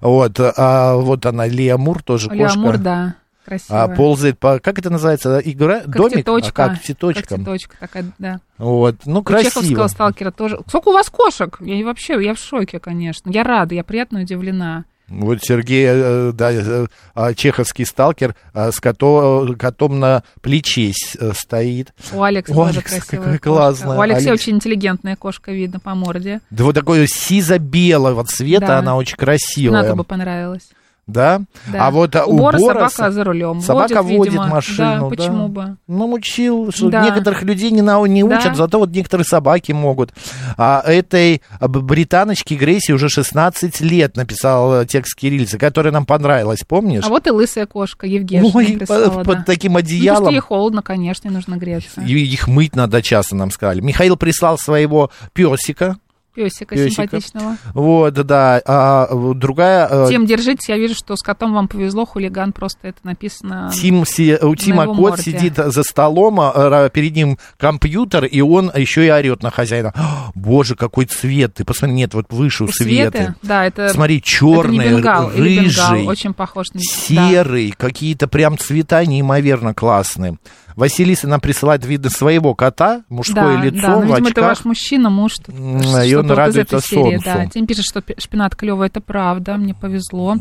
Speaker 1: Вот, э, а вот она, Лия Мур, тоже
Speaker 2: Лео
Speaker 1: кошка.
Speaker 2: Мур, да, красивая.
Speaker 1: А, ползает по... Как это называется? Игра?
Speaker 2: Как
Speaker 1: Домик?
Speaker 2: теточка.
Speaker 1: А, как цветочка.
Speaker 2: Как цветочка такая, да.
Speaker 1: Вот. Ну,
Speaker 2: У чеховского
Speaker 1: красиво.
Speaker 2: сталкера тоже. Сколько у вас кошек? Я вообще, я в шоке, конечно. Я рада, я приятно удивлена.
Speaker 1: Вот Сергей, э, да, э, а, чеховский сталкер э, с кото- котом на плече с- э, стоит.
Speaker 2: У Алекса
Speaker 1: У
Speaker 2: тоже
Speaker 1: Алекса
Speaker 2: красивая
Speaker 1: какая
Speaker 2: кошка.
Speaker 1: классная,
Speaker 2: У Алекса
Speaker 1: Алекс.
Speaker 2: очень интеллигентная кошка, видно по морде.
Speaker 1: Да вот такой сизо-белого цвета,
Speaker 2: Да.
Speaker 1: она очень
Speaker 2: Нату
Speaker 1: красивая.
Speaker 2: бы понравилось.
Speaker 1: Да?
Speaker 2: Да.
Speaker 1: А вот а, у,
Speaker 2: Бора
Speaker 1: Бороса-
Speaker 2: собака за рулем.
Speaker 1: собака
Speaker 2: водит,
Speaker 1: водит
Speaker 2: видимо.
Speaker 1: машину, да.
Speaker 2: Да, почему бы?
Speaker 1: Ну, учил, что
Speaker 2: Да.
Speaker 1: некоторых людей не, нау- не
Speaker 2: Да.
Speaker 1: учат, зато вот некоторые собаки могут. А этой а, б- британочке Грейси уже 16 лет написал э, текст кириллицы, который нам понравилось, помнишь?
Speaker 2: А вот и лысая кошка Евгения
Speaker 1: Ой, по-
Speaker 2: прислала,
Speaker 1: под,
Speaker 2: да.
Speaker 1: таким
Speaker 2: Ну, потому что
Speaker 1: одеялом.
Speaker 2: ей холодно, конечно, и нужно греться.
Speaker 1: И их мыть надо часто, нам сказали. Михаил прислал своего песика.
Speaker 2: Песика,
Speaker 1: Пёсика.
Speaker 2: симпатичного.
Speaker 1: Вот, да. А вот другая... э,
Speaker 2: Тем держитесь, я вижу, что с котом вам повезло, хулиган, просто это написано.
Speaker 1: Тим, си- у Тима
Speaker 2: его
Speaker 1: кот
Speaker 2: морде.
Speaker 1: сидит за столом, а, ра- перед ним компьютер, и он еще и орет на хозяина. «А, Боже, какой цвет! Ты посмотри, нет, вот выше у
Speaker 2: У Светы,
Speaker 1: Светы.
Speaker 2: Да, это,
Speaker 1: Смотри,
Speaker 2: это не
Speaker 1: черный,
Speaker 2: бенгал, или бенгал,
Speaker 1: рыжий,
Speaker 2: очень похож на да.
Speaker 1: серый, какие-то прям цвета неимоверно классные. Василиса нам присылает видно своего кота, мужское
Speaker 2: да,
Speaker 1: лицо
Speaker 2: да, ну,
Speaker 1: в
Speaker 2: видимо, это
Speaker 1: очках.
Speaker 2: ваш мужчина, муж. что-
Speaker 1: М,
Speaker 2: что-то
Speaker 1: и он
Speaker 2: вот из
Speaker 1: радуется
Speaker 2: этой серии,
Speaker 1: солнцу.
Speaker 2: Да. Тим пишет, что пи- шпинат клевый, это правда, мне повезло.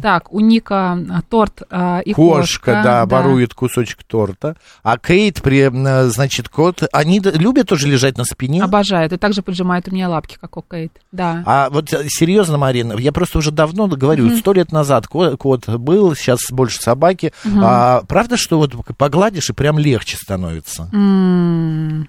Speaker 2: Так, у Ника а, торт а, и
Speaker 1: Кошка, да, ворует кусочек торта. А Кейт, при, э, значит, кот, они д- любят тоже лежать на спине?
Speaker 2: Обожает, и также поджимает у меня лапки, как у Кейт. Да.
Speaker 1: А вот э, серьезно, Марина, я просто уже давно говорю, сто лет назад ко- кот, был, сейчас больше собаки. А правда, что вот погладишь и прям легче становится?
Speaker 2: М. М-м.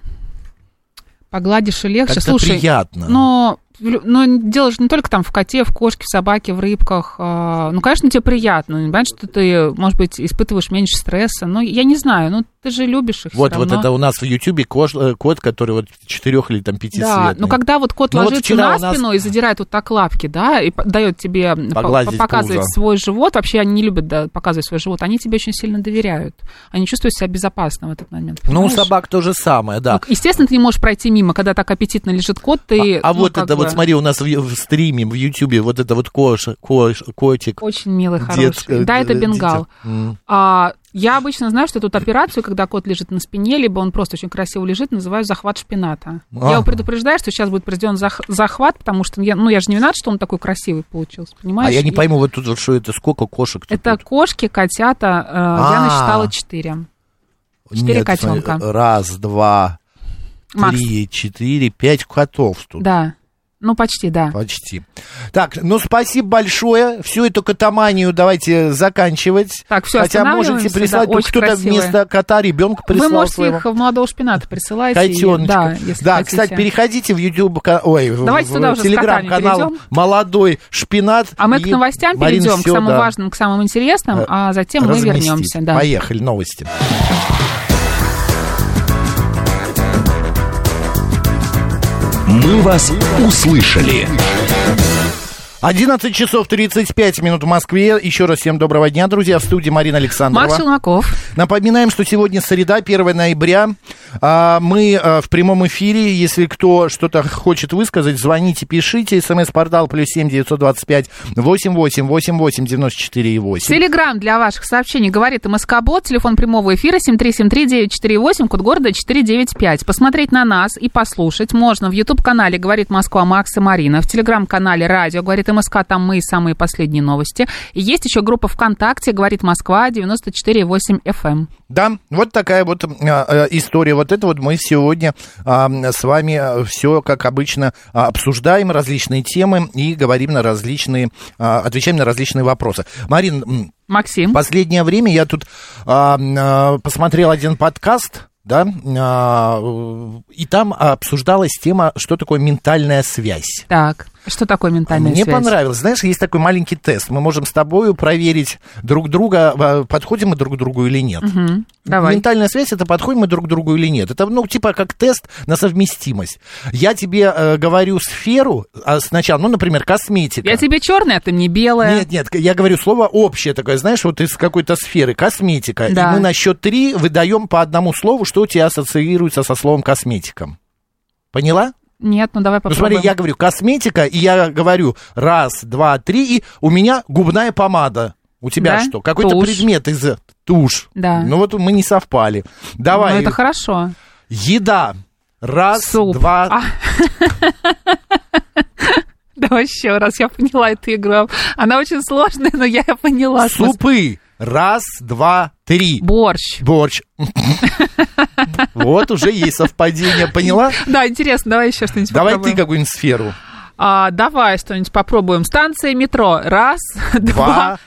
Speaker 2: Погладишь и легче.
Speaker 1: Как-то
Speaker 2: Слушай, ну,
Speaker 1: приятно.
Speaker 2: но, в лю- но дело же не только там в коте, в кошке, в собаке, в рыбках. А, Ну, конечно, тебе приятно. Ну, Понимаешь, что ты, может быть, испытываешь меньше стресса. Но я не знаю, ну, ты же любишь их всё
Speaker 1: Вот, вот
Speaker 2: равно.
Speaker 1: это у нас в Ютьюбе кош- э, кот, который вот четырех или там пяти
Speaker 2: Да, но когда вот кот
Speaker 1: Ну, вот
Speaker 2: ложится
Speaker 1: вчера
Speaker 2: на
Speaker 1: у нас-
Speaker 2: спину и задирает вот так лапки, да, и по- дает тебе по-
Speaker 1: Погладить
Speaker 2: показывать
Speaker 1: пузо.
Speaker 2: свой живот, вообще они не любят да, показывать свой живот, они тебе очень сильно доверяют, они чувствуют себя безопасно в этот момент.
Speaker 1: Ну, у
Speaker 2: понимаешь?
Speaker 1: собак то же самое,
Speaker 2: Ну,
Speaker 1: да.
Speaker 2: естественно, ты не можешь пройти мимо, когда так аппетитно лежит кот, ты...
Speaker 1: а а
Speaker 2: ну,
Speaker 1: вот
Speaker 2: как
Speaker 1: это
Speaker 2: бы,
Speaker 1: вот, смотри, у нас в, ю- в стриме, в Ютьюбе, вот это вот кош, кош- котик.
Speaker 2: Очень милый, хороший.
Speaker 1: Детское,
Speaker 2: да,
Speaker 1: э,
Speaker 2: это
Speaker 1: дитя.
Speaker 2: бенгал.
Speaker 1: М.
Speaker 2: А, я обычно знаю, что тут операцию, когда кот лежит на спине, либо он просто очень красиво лежит, называю захват шпината. Я
Speaker 1: Ага.
Speaker 2: его предупреждаю, что сейчас будет произведен зах- захват, потому что я, ну, я же не виноват, что он такой красивый получился, понимаешь?
Speaker 1: А я не
Speaker 2: И-
Speaker 1: пойму, вот тут вот что это, сколько кошек тут?
Speaker 2: Это кошки, котята. э, Я
Speaker 1: А.
Speaker 2: насчитала четыре. четыре
Speaker 1: Нет, смотри,
Speaker 2: котенка.
Speaker 1: Раз, два,
Speaker 2: Макс.
Speaker 1: три, четыре, пять котов тут.
Speaker 2: Да. Ну, почти, да.
Speaker 1: Почти. Так, ну спасибо большое. Всю эту катаманию давайте заканчивать.
Speaker 2: Так, всё,
Speaker 1: Хотя можете
Speaker 2: останавливаемся, да,
Speaker 1: прислать, тут
Speaker 2: очень
Speaker 1: кто-то
Speaker 2: красивые.
Speaker 1: вместо кота ребенка прислал
Speaker 2: Вы можете
Speaker 1: своего.
Speaker 2: их в молодого шпината присылать.
Speaker 1: Котеночка.
Speaker 2: Да, если
Speaker 1: да
Speaker 2: хотите.
Speaker 1: кстати, переходите в YouTube, ка- ой, в-
Speaker 2: Давайте
Speaker 1: в,
Speaker 2: туда уже с
Speaker 1: телеграм-канал
Speaker 2: котами перейдем.
Speaker 1: «Молодой шпинат».
Speaker 2: А мы к
Speaker 1: И
Speaker 2: новостям
Speaker 1: Марина
Speaker 2: перейдем, к
Speaker 1: всё,
Speaker 2: самым
Speaker 1: да,
Speaker 2: важным, к самым интересным,
Speaker 1: э,
Speaker 2: а затем мы
Speaker 1: разместит.
Speaker 2: вернемся. Да.
Speaker 1: Поехали, новости.
Speaker 3: «Мы вас услышали».
Speaker 1: 11 часов 35 минут в Москве. Еще раз всем доброго дня, друзья. В студии Марина Александрова.
Speaker 2: Макс Челноков.
Speaker 1: Напоминаем, что сегодня среда, 1 ноября. А, Мы а, в прямом эфире. Если кто что-то хочет высказать, звоните, пишите. СМС-портал плюс семь девятьсот двадцать пять восемь восемь восемь восемь девяносто четыре и восемь.
Speaker 2: Телеграмм для ваших сообщений говорит МСК-бот. Телефон прямого эфира 7373948, код города 495. Посмотреть на нас и послушать можно в YouTube-канале «Говорит Москва» Макс и Марина, в Телеграм-канале «Радио» «Говорит МСК», там мы и самые последние новости. И есть еще группа ВКонтакте «Говорит Москва» 94,8 FM.
Speaker 1: Да, вот такая вот а, э, история. Вот это вот мы сегодня а, с вами все, как обычно, а, обсуждаем различные темы и говорим на различные, а, отвечаем на различные вопросы. Марин, м,
Speaker 2: Максим.
Speaker 1: Последнее время я тут а, м, а, посмотрел один подкаст, да, а, э, и там обсуждалась тема, что такое ментальная связь.
Speaker 2: Так. Что такое ментальная
Speaker 1: Мне
Speaker 2: связь?
Speaker 1: понравилось. Знаешь, есть такой маленький тест. Мы можем с тобою проверить друг друга, а, подходим мы друг к другу или нет.
Speaker 2: Мгм. Давай.
Speaker 1: Ментальная связь это подходим мы друг к другу или нет. Это, ну, типа, как тест на совместимость. Я тебе э, говорю сферу а, сначала, ну, например, косметика.
Speaker 2: Я тебе черная, а ты мне белая.
Speaker 1: Нет, нет, я говорю слово общее такое, знаешь, вот из какой-то сферы, косметика.
Speaker 2: Да.
Speaker 1: И мы на счет три выдаем по одному слову, что у тебя ассоциируется со словом косметиком. Поняла?
Speaker 2: Нет, ну давай
Speaker 1: Ну,
Speaker 2: попробуем.
Speaker 1: смотри, я говорю косметика, и я говорю раз, два, три, и у меня губная помада. У тебя
Speaker 2: Да?
Speaker 1: что? Какой-то
Speaker 2: Тушь.
Speaker 1: предмет из тушь.
Speaker 2: Да.
Speaker 1: Ну вот мы не совпали. Давай.
Speaker 2: Ну это хорошо.
Speaker 1: Еда. Раз,
Speaker 2: Суп.
Speaker 1: два,
Speaker 2: А. [LAUGHS] Давай еще раз, я поняла эту игру. Она очень сложная, но я ее поняла.
Speaker 1: супы. Раз, два, три.
Speaker 2: Борщ.
Speaker 1: Борщ. Вот уже есть совпадение, поняла?
Speaker 2: Да, интересно, давай еще что-нибудь
Speaker 1: Давай ты
Speaker 2: попробуем.
Speaker 1: какую-нибудь сферу.
Speaker 2: А, давай что-нибудь попробуем. Станция метро. Раз, [LAUGHS] два,
Speaker 1: Два,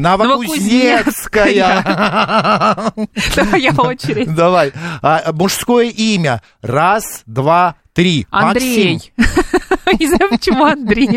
Speaker 2: [LAUGHS] Новокузнецкая.
Speaker 1: Новокузнецкая.
Speaker 2: Твоя очередь.
Speaker 1: Давай. А, мужское имя. Раз, два, три.
Speaker 2: Андрей. [LAUGHS]
Speaker 1: Максим.
Speaker 2: Не знаю, почему Андрей.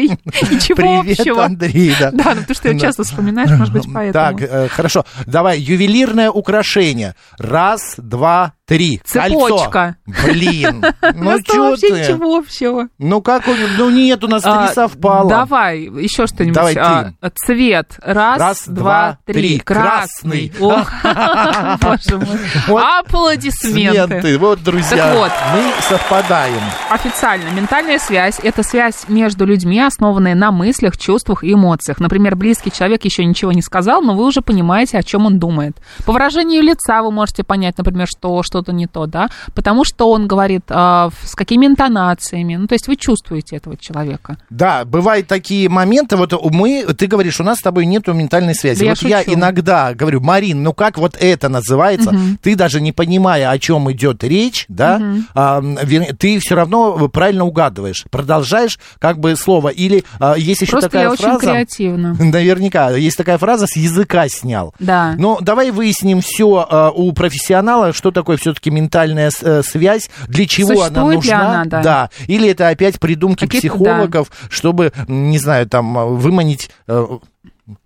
Speaker 2: Ничего
Speaker 1: Привет,
Speaker 2: общего.
Speaker 1: Андрей. Да.
Speaker 2: Да, ну ты что, его
Speaker 1: Да.
Speaker 2: часто вспоминаешь, может быть, поэтому.
Speaker 1: Так, э, хорошо. Давай, ювелирное украшение. Раз, два, три.
Speaker 2: Цепочка. [LAUGHS]
Speaker 1: Кольцо. Блин.
Speaker 2: У нас
Speaker 1: Ну
Speaker 2: там
Speaker 1: что
Speaker 2: вообще
Speaker 1: ты?
Speaker 2: ничего общего.
Speaker 1: Ну как он? Ну нет, у нас
Speaker 2: А,
Speaker 1: три совпало.
Speaker 2: Давай, еще что-нибудь.
Speaker 1: Давай ты.
Speaker 2: А, цвет. Раз,
Speaker 1: Раз,
Speaker 2: два,
Speaker 1: два,
Speaker 2: три.
Speaker 1: три.
Speaker 2: Красный.
Speaker 1: Красный.
Speaker 2: Ох, [LAUGHS] боже
Speaker 1: Вот.
Speaker 2: мой. Аплодисменты.
Speaker 1: Сменты. Вот, друзья,
Speaker 2: Так вот.
Speaker 1: мы совпадаем.
Speaker 2: Официально ментальная связь – это связь между людьми, основанная на мыслях, чувствах и эмоциях. Например, близкий человек еще ничего не сказал, но вы уже понимаете, о чем он думает. По выражению лица вы можете понять, например, что что-то не то, да, потому что он говорит а, в- с какими интонациями. Ну, то есть вы чувствуете этого человека.
Speaker 1: Да, бывают такие моменты, вот мы, ты говоришь, у нас с тобой нету ментальной связи.
Speaker 2: Да я
Speaker 1: вот я,
Speaker 2: шучу.
Speaker 1: иногда говорю, Марин, ну как вот это называется, ты даже не понимая, о чем идет речь, да, а, м, вернее, ты все равно правильно угадываешь, продолжаешь как бы слово. Или а, есть еще
Speaker 2: Просто
Speaker 1: такая
Speaker 2: я
Speaker 1: фраза...
Speaker 2: очень креативна.
Speaker 1: [LAUGHS] Наверняка. Есть такая фраза «с языка снял».
Speaker 2: Да.
Speaker 1: Но давай выясним все у профессионала, что такое все-таки ментальная с- э, связь, для чего она
Speaker 2: Существует ли
Speaker 1: нужна.
Speaker 2: она, да.
Speaker 1: Или это опять придумки
Speaker 2: Какие-то,
Speaker 1: психологов, чтобы, м, не знаю, там, э, выманить... э,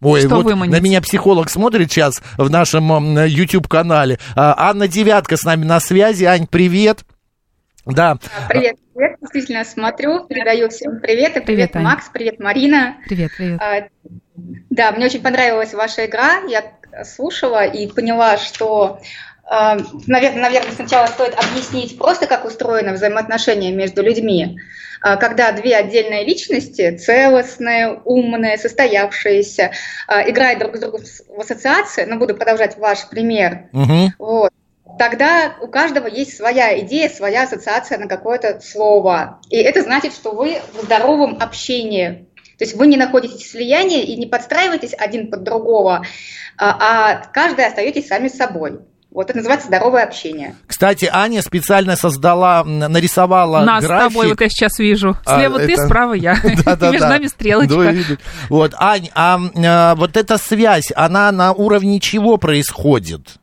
Speaker 1: Ой,
Speaker 2: Что
Speaker 1: вот
Speaker 2: выманить?
Speaker 1: на меня психолог смотрит сейчас в нашем м, на YouTube-канале. А, Анна Девятка с нами на связи. Ань, привет. Да,
Speaker 4: Привет, привет, действительно смотрю, передаю всем привет, и
Speaker 2: Привет,
Speaker 4: привет,
Speaker 2: Аня.
Speaker 4: Макс, привет, Марина.
Speaker 2: Привет, привет.
Speaker 4: А, Да, мне очень понравилась ваша игра, я слушала и поняла, что, наверное, наверное, сначала стоит объяснить просто, как устроено взаимоотношения между людьми, А, когда две отдельные личности, целостные, умные, состоявшиеся, а, играют друг с другом в ассоциации, но буду продолжать ваш пример,
Speaker 1: Мгм.
Speaker 4: вот. Тогда у каждого есть своя идея, своя ассоциация на какое-то слово. И это значит, что вы в здоровом общении. То есть вы не находитесь в слиянии и не подстраиваетесь один под другого, а, а каждый остаетесь сами собой. Вот это называется здоровое общение.
Speaker 1: Кстати, Аня специально создала, м, нарисовала
Speaker 2: Нас
Speaker 1: график.
Speaker 2: с тобой, вот я сейчас вижу.
Speaker 1: А,
Speaker 2: Слева ты,
Speaker 1: это-
Speaker 2: справа я.
Speaker 1: [LAUGHS] Да-да-да.
Speaker 2: Между нами
Speaker 1: Ну, я
Speaker 2: стрелочка.
Speaker 1: вижу. Вот, Ань, а м, э, вот эта связь, она на уровне чего происходит?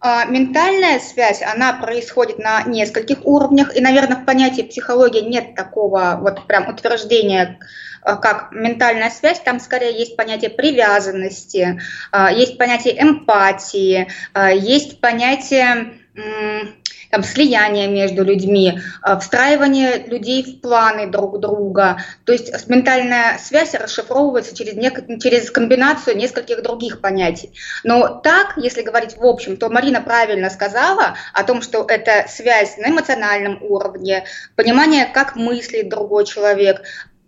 Speaker 4: А, Ментальная связь, она происходит на нескольких уровнях, и, наверное, в понятии психологии нет такого вот прям утверждения, а, как ментальная связь, там скорее есть понятие привязанности, а, есть понятие эмпатии, а, есть понятие м, там, слияния между людьми, а, встраивание людей в планы друг друга. То есть с- ментальная связь расшифровывается через, нек- через комбинацию нескольких других понятий. Но так, если говорить в общем, то Марина правильно сказала о том, что это связь на эмоциональном уровне, понимание, как мыслит другой человек,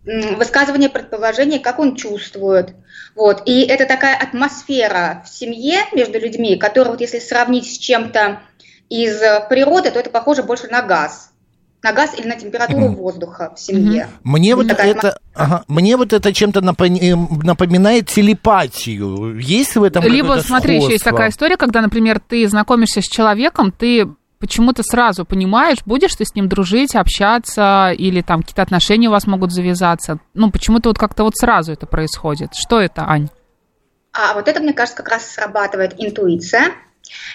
Speaker 4: м, высказывание предположений, как он чувствует. Вот. И это такая атмосфера в семье между людьми, которую вот если сравнить с чем-то из э, природы, то это похоже больше на газ. На газ или на температуру
Speaker 1: Мгм.
Speaker 4: воздуха в семье.
Speaker 1: Мне вот
Speaker 4: Такая
Speaker 1: это, ага, мне вот это чем-то напоми- эм, напоминает телепатию. Есть в этом
Speaker 2: Либо,
Speaker 1: какое-то
Speaker 2: смотри, еще есть
Speaker 1: сходство?
Speaker 2: такая история, когда, например, ты знакомишься с человеком, ты почему-то сразу понимаешь, будешь ты с ним дружить, общаться, или там какие-то отношения у вас могут завязаться. Ну, почему-то вот как-то вот сразу это происходит. Что это, Ань?
Speaker 4: А вот это, мне кажется, как раз срабатывает интуиция.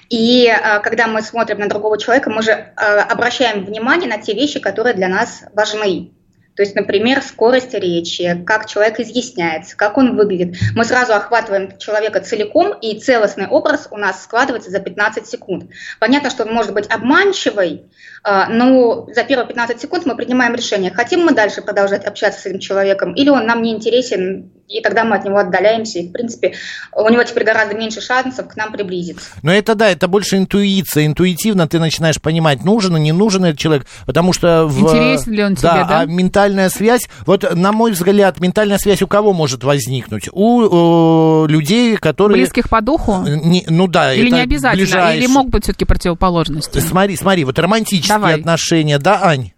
Speaker 4: И э, когда мы смотрим на другого человека, мы же э, обращаем внимание на те вещи, которые для нас важны. То есть, например, скорость речи, как человек изъясняется, как он выглядит. Мы сразу охватываем человека целиком, и целостный образ у нас складывается за 15 секунд. Понятно, что он может быть обманчивый, но А, ну, за первые 15 секунд мы принимаем решение, хотим мы дальше продолжать общаться с этим человеком, или он нам не интересен, и тогда мы от него отдаляемся, и, в принципе, у него теперь гораздо меньше шансов к нам приблизиться.
Speaker 1: Но Ну, это да, это больше интуиция. Интуитивно ты начинаешь понимать, нужен и не нужен этот человек, потому что... В,
Speaker 2: Интересен ли он тебе, да?
Speaker 1: а ментальная связь, вот на мой взгляд, ментальная связь у кого может возникнуть? У э, людей, которые...
Speaker 2: Близких по духу?
Speaker 1: Не- ну да,
Speaker 2: Или
Speaker 1: это
Speaker 2: не обязательно?
Speaker 1: ближайшие.
Speaker 2: Или могут быть все-таки противоположности?
Speaker 1: Смотри, смотри, вот романтические
Speaker 2: Давай.
Speaker 1: отношения, да, Ань?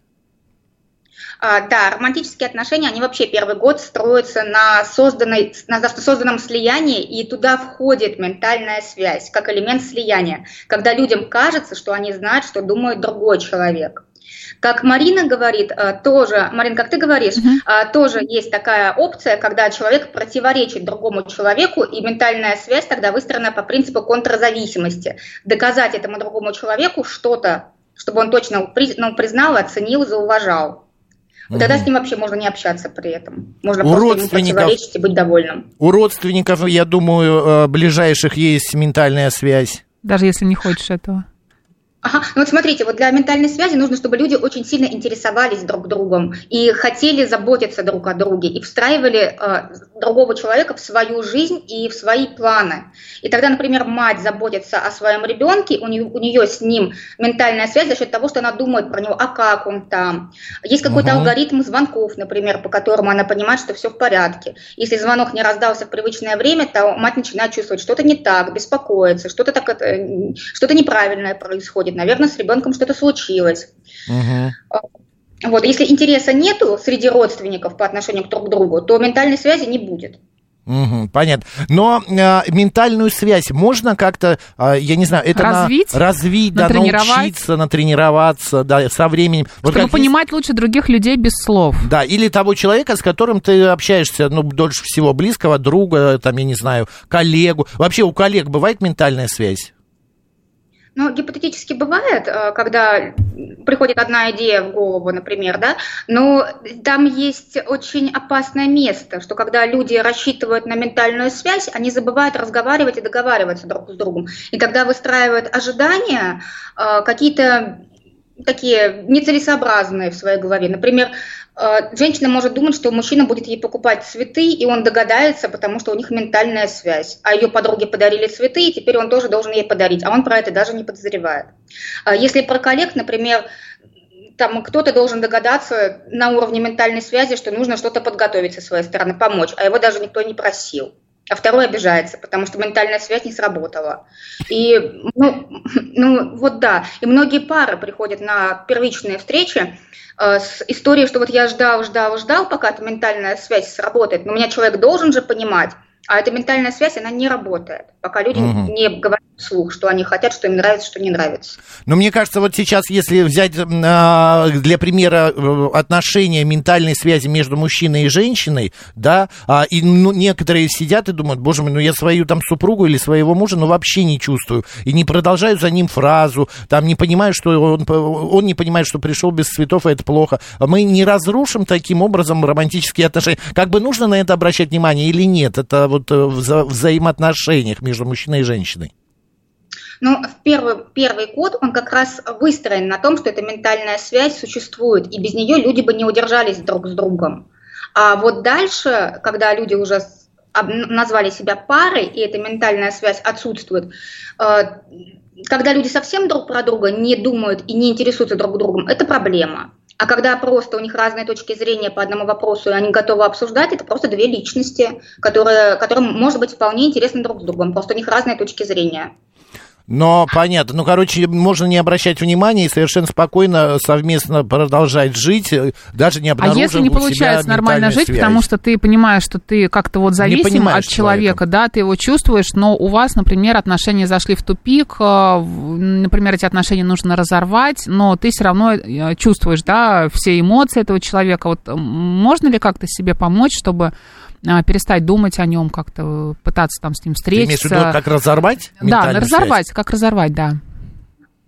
Speaker 4: А, да, романтические отношения, они вообще первый год строятся на, созданной, на за- созданном слиянии, и туда входит ментальная связь, как элемент слияния, когда людям кажется, что они знают, что думает другой человек. Как Марина говорит, а, тоже, Марин, как ты говоришь,
Speaker 2: Мгм.
Speaker 4: а, тоже есть такая опция, когда человек противоречит другому человеку, и ментальная связь тогда выстроена по принципу контрзависимости. Доказать этому другому человеку что-то, чтобы он точно при- ну, признал, оценил, зауважал. Вот Тогда
Speaker 1: Мгм.
Speaker 4: с ним вообще можно не общаться при этом. Можно
Speaker 1: У
Speaker 4: просто ему
Speaker 1: родственников.
Speaker 4: противоречить и быть довольным.
Speaker 1: У родственников, я думаю, э, ближайших есть ментальная связь.
Speaker 2: Даже если не хочешь этого.
Speaker 4: Ага, ну вот смотрите, вот для ментальной связи нужно, чтобы люди очень сильно интересовались друг другом и хотели заботиться друг о друге, и встраивали э, другого человека в свою жизнь и в свои планы. И тогда, например, мать заботится о своем ребенке, у нее, у нее с ним ментальная связь за счет того, что она думает про него, а как он там. Есть какой-то
Speaker 1: Мгм.
Speaker 4: алгоритм звонков, например, по которому она понимает, что все в порядке. Если звонок не раздался в привычное время, то мать начинает чувствовать, что-то не так, беспокоится, что-то так, это, э, что-то неправильное происходит, наверное, с ребенком что-то случилось.
Speaker 1: Мгм.
Speaker 4: Вот, если интереса нету среди родственников по отношению друг к другу, то ментальной связи не будет.
Speaker 1: Мгм, понятно. Но э, ментальную связь можно как-то, э, я не знаю, это на-
Speaker 2: Развить?
Speaker 1: развить, да,
Speaker 2: Натренировать?
Speaker 1: научиться, натренироваться, да, со временем. Вот
Speaker 2: Чтобы
Speaker 1: как есть-
Speaker 2: понимать лучше других людей без слов.
Speaker 1: Да, или того человека, с которым ты общаешься, ну, дольше всего близкого, друга, там, я не знаю, коллегу. Вообще у коллег бывает ментальная связь?
Speaker 4: Ну, гипотетически бывает, э, когда приходит одна идея в голову, например, да, но там есть очень опасное место, что когда люди рассчитывают на ментальную связь, они забывают разговаривать и договариваться друг с другом. И тогда выстраивают ожидания э, какие-то такие нецелесообразные в своей голове. Например, э, женщина может думать, что мужчина будет ей покупать цветы, и он догадается, потому что у них ментальная связь. А ее подруге подарили цветы, и теперь он тоже должен ей подарить, а он про это даже не подозревает. А Если про коллег, например, там кто-то должен догадаться на уровне ментальной связи, что нужно что-то подготовить со своей стороны, помочь, а его даже никто не просил. А второй обижается, потому что ментальная связь не сработала. И, ну, [LAUGHS] ну, вот да. И многие пары приходят на первичные встречи э, с историей, что вот я ждал, ждал, ждал, пока эта ментальная связь сработает. Но меня человек должен же понимать, а эта ментальная связь, она не работает, пока люди
Speaker 1: Мгм.
Speaker 4: не говорят вслух, что они хотят, что им нравится, что не нравится.
Speaker 1: Но мне кажется, вот сейчас, если взять м, а, для примера э, отношения ментальной связи между мужчиной и женщиной, да, а, и ну, некоторые сидят и думают, боже мой, ну я свою там супругу или своего мужа, ну вообще не чувствую, и не продолжаю за ним фразу, там не понимаю, что он, п- он не понимает, что пришел без цветов, и это плохо. А Мы не разрушим таким образом романтические отношения. Как бы нужно на это обращать внимание или нет? Это вот э, в вза- взаимоотношениях между мужчиной и женщиной.
Speaker 4: Ну, в первый, первый год он как раз выстроен на том, что эта ментальная связь существует, и без нее люди бы не удержались друг с другом. А вот дальше, когда люди уже с- об- назвали себя парой, и эта ментальная связь отсутствует, э, когда люди совсем друг про друга не думают и не интересуются друг другом, это проблема. А когда просто у них разные точки зрения по одному вопросу, и они готовы обсуждать, это просто две личности, которые, которым может быть вполне интересно друг с другом, просто у них разные точки зрения.
Speaker 1: Но понятно. Ну, короче, можно не обращать внимания и совершенно спокойно совместно продолжать жить, э, даже не
Speaker 2: А
Speaker 1: обнаружив
Speaker 2: если не
Speaker 1: у себя
Speaker 2: получается нормально
Speaker 1: ментальную
Speaker 2: жить,
Speaker 1: связь.
Speaker 2: потому что ты понимаешь, что ты как-то вот зависим
Speaker 1: понимаешь
Speaker 2: от человека, да, ты его чувствуешь, но у вас, например, отношения зашли в тупик, э, в- например, эти отношения нужно разорвать, но ты все равно э, чувствуешь, да, все эмоции этого человека. Вот м, можно ли как-то себе помочь, чтобы а, перестать думать о нем, как-то э, пытаться там с ним
Speaker 1: Ты имеешь в виду,
Speaker 2: встретиться?
Speaker 1: как разорвать?
Speaker 2: Да,
Speaker 1: ментальную связь?
Speaker 2: разорвать, как разорвать, да.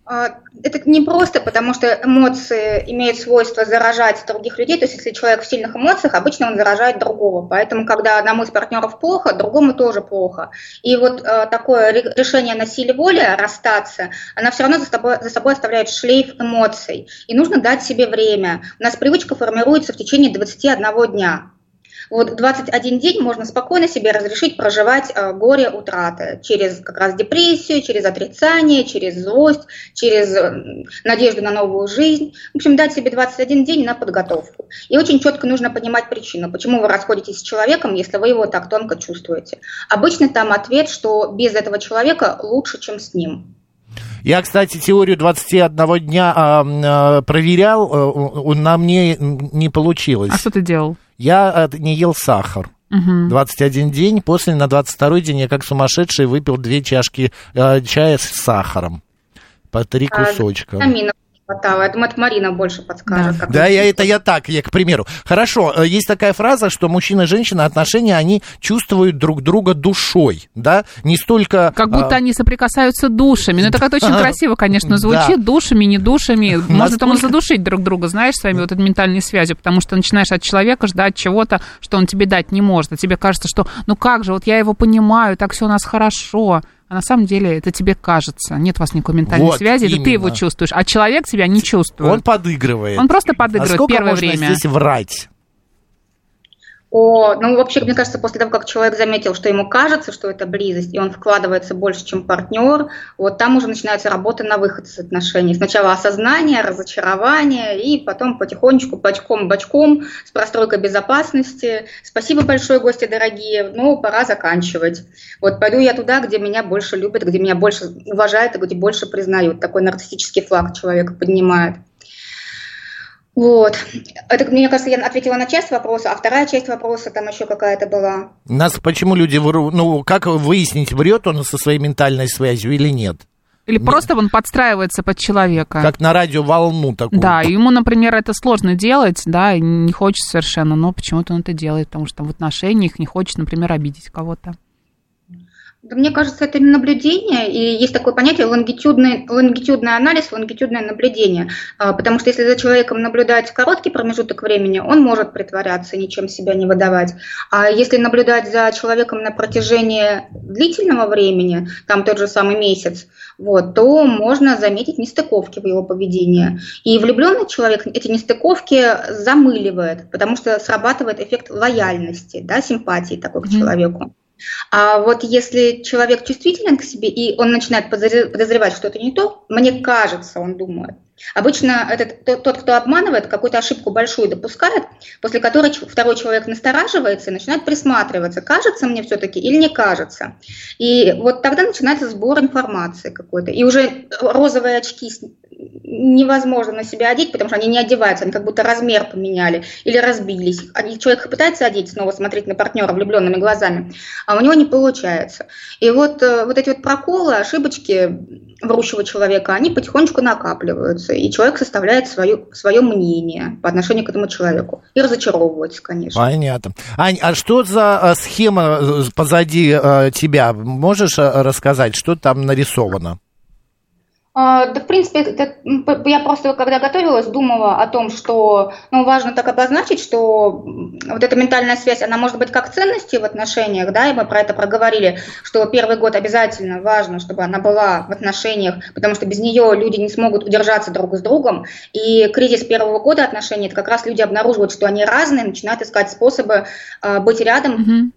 Speaker 4: А, Это не просто, потому что эмоции имеют свойство заражать других людей. То есть, если человек в сильных эмоциях, обычно он заражает другого. Поэтому, когда одному из партнеров плохо, другому тоже плохо. И вот э, такое ре- решение на силе воли расстаться, она все равно за собой, за собой оставляет шлейф эмоций. И нужно дать себе время. У нас привычка формируется в течение 21 дня. Вот 21 день можно спокойно себе разрешить проживать э, горе утраты через как раз депрессию, через отрицание, через злость, через э, надежду на новую жизнь. В общем, дать себе 21 день на подготовку. И очень четко нужно понимать причину, почему вы расходитесь с человеком, если вы его так тонко чувствуете. Обычно там ответ, что без этого человека лучше, чем с ним.
Speaker 1: Я, кстати, теорию 21 дня а, а, проверял, а, у- у- на мне не получилось.
Speaker 2: А что ты делал?
Speaker 1: Я а, не ел сахар.
Speaker 2: Мгм.
Speaker 1: 21 день, после на 22 день я как сумасшедший выпил две чашки а, чая с сахаром. По три
Speaker 4: А,
Speaker 1: кусочка.
Speaker 4: Витаминов не хватало. Я думаю, это Марина больше подскажет.
Speaker 2: А
Speaker 4: как
Speaker 1: Да, я это я так, я к примеру. Хорошо, э, есть такая фраза, что мужчина и женщина отношения, они чувствуют друг друга душой, да, не столько...
Speaker 2: Как будто
Speaker 1: а,
Speaker 2: они соприкасаются душами. Ну, это как-то
Speaker 1: [LAUGHS]
Speaker 2: очень красиво, конечно, звучит.
Speaker 1: Да.
Speaker 2: Душами, не
Speaker 1: [LAUGHS]
Speaker 2: душами. Можно там
Speaker 1: Насколько-
Speaker 2: задушить друг друга, знаешь, своими вот этой ментальной связью, потому что начинаешь от человека ждать чего-то, что он тебе дать не может. А тебе кажется, что ну как же, вот я его понимаю, так все у нас хорошо. А на самом деле это тебе кажется. Нет у вас никакой ментальной
Speaker 1: Вот
Speaker 2: связи, это ты его
Speaker 1: именно.
Speaker 2: чувствуешь, а человек тебя не
Speaker 1: Он
Speaker 2: чувствует.
Speaker 1: подыгрывает.
Speaker 2: Он, просто
Speaker 1: а
Speaker 2: подыгрывает
Speaker 1: сколько
Speaker 2: первое
Speaker 1: можно
Speaker 2: время.
Speaker 1: здесь врать?
Speaker 4: О, ну вообще, мне кажется, после того, как человек заметил, что ему кажется, что это близость, и он вкладывается больше, чем партнер, вот там уже начинается работа на выход из отношений. Сначала осознание, разочарование, и потом потихонечку, бочком-бочком, с простройкой безопасности. Спасибо большое, гости дорогие, но пора заканчивать. Вот пойду я туда, где меня больше любят, где меня больше уважают, и где больше признают. Такой нарциссический флаг человека поднимает. Вот. Это, мне кажется, я ответила на часть вопроса, а вторая часть вопроса там еще какая-то была.
Speaker 1: Нас почему люди врут? Ну, как выяснить, врет он со своей ментальной связью или нет?
Speaker 2: Или просто он подстраивается под человека.
Speaker 1: Как на радио волну такую.
Speaker 2: Да, и ему, например, это сложно делать, да, и не хочет совершенно, но почему-то он это делает, потому что там в отношениях не хочет, например, обидеть кого-то.
Speaker 4: Да, мне кажется, это наблюдение, и есть такое понятие лонгитюдный, лонгитюдный анализ, лонгитюдное наблюдение. А, Потому что если за человеком наблюдать короткий промежуток времени, он может притворяться, ничем себя не выдавать. А если наблюдать за человеком на протяжении длительного времени, там тот же самый месяц, вот, то можно заметить нестыковки в его поведении. И влюбленный человек эти нестыковки замыливает, потому что срабатывает эффект лояльности, да, симпатии такой к
Speaker 2: Мгм.
Speaker 4: человеку. А вот если человек чувствителен к себе, и он начинает подозр- подозревать что-то не то, мне кажется, он думает. Обычно этот, то- тот, кто обманывает, какую-то ошибку большую допускает, после которой ч- второй человек настораживается и начинает присматриваться, кажется мне все-таки или не кажется. И вот тогда начинается сбор информации какой-то. И уже розовые очки с- невозможно на себя одеть, потому что они не одеваются, они как будто размер поменяли или разбились. Они, человек их пытается одеть, снова смотреть на партнера влюбленными глазами, а у него не получается. И вот, э, вот эти вот проколы, ошибочки врущего человека, они потихонечку накапливаются, и человек составляет свое, свое мнение по отношению к этому человеку. И разочаровывается, конечно.
Speaker 1: Понятно. Ань, а что за э, схема э, позади э, тебя? Можешь э, рассказать, что там нарисовано?
Speaker 4: А, Да, в принципе, это, м, п- я просто, когда готовилась, думала о том, что, ну, важно так обозначить, что м, вот эта ментальная связь, она может быть как ценностью в отношениях, да, и мы про это проговорили, что первый год обязательно важно, чтобы она была в отношениях, потому что без нее люди не смогут удержаться друг с другом, и кризис первого года отношений, это как раз люди обнаруживают, что они разные, начинают искать способы а, быть рядом,
Speaker 2: Мгм.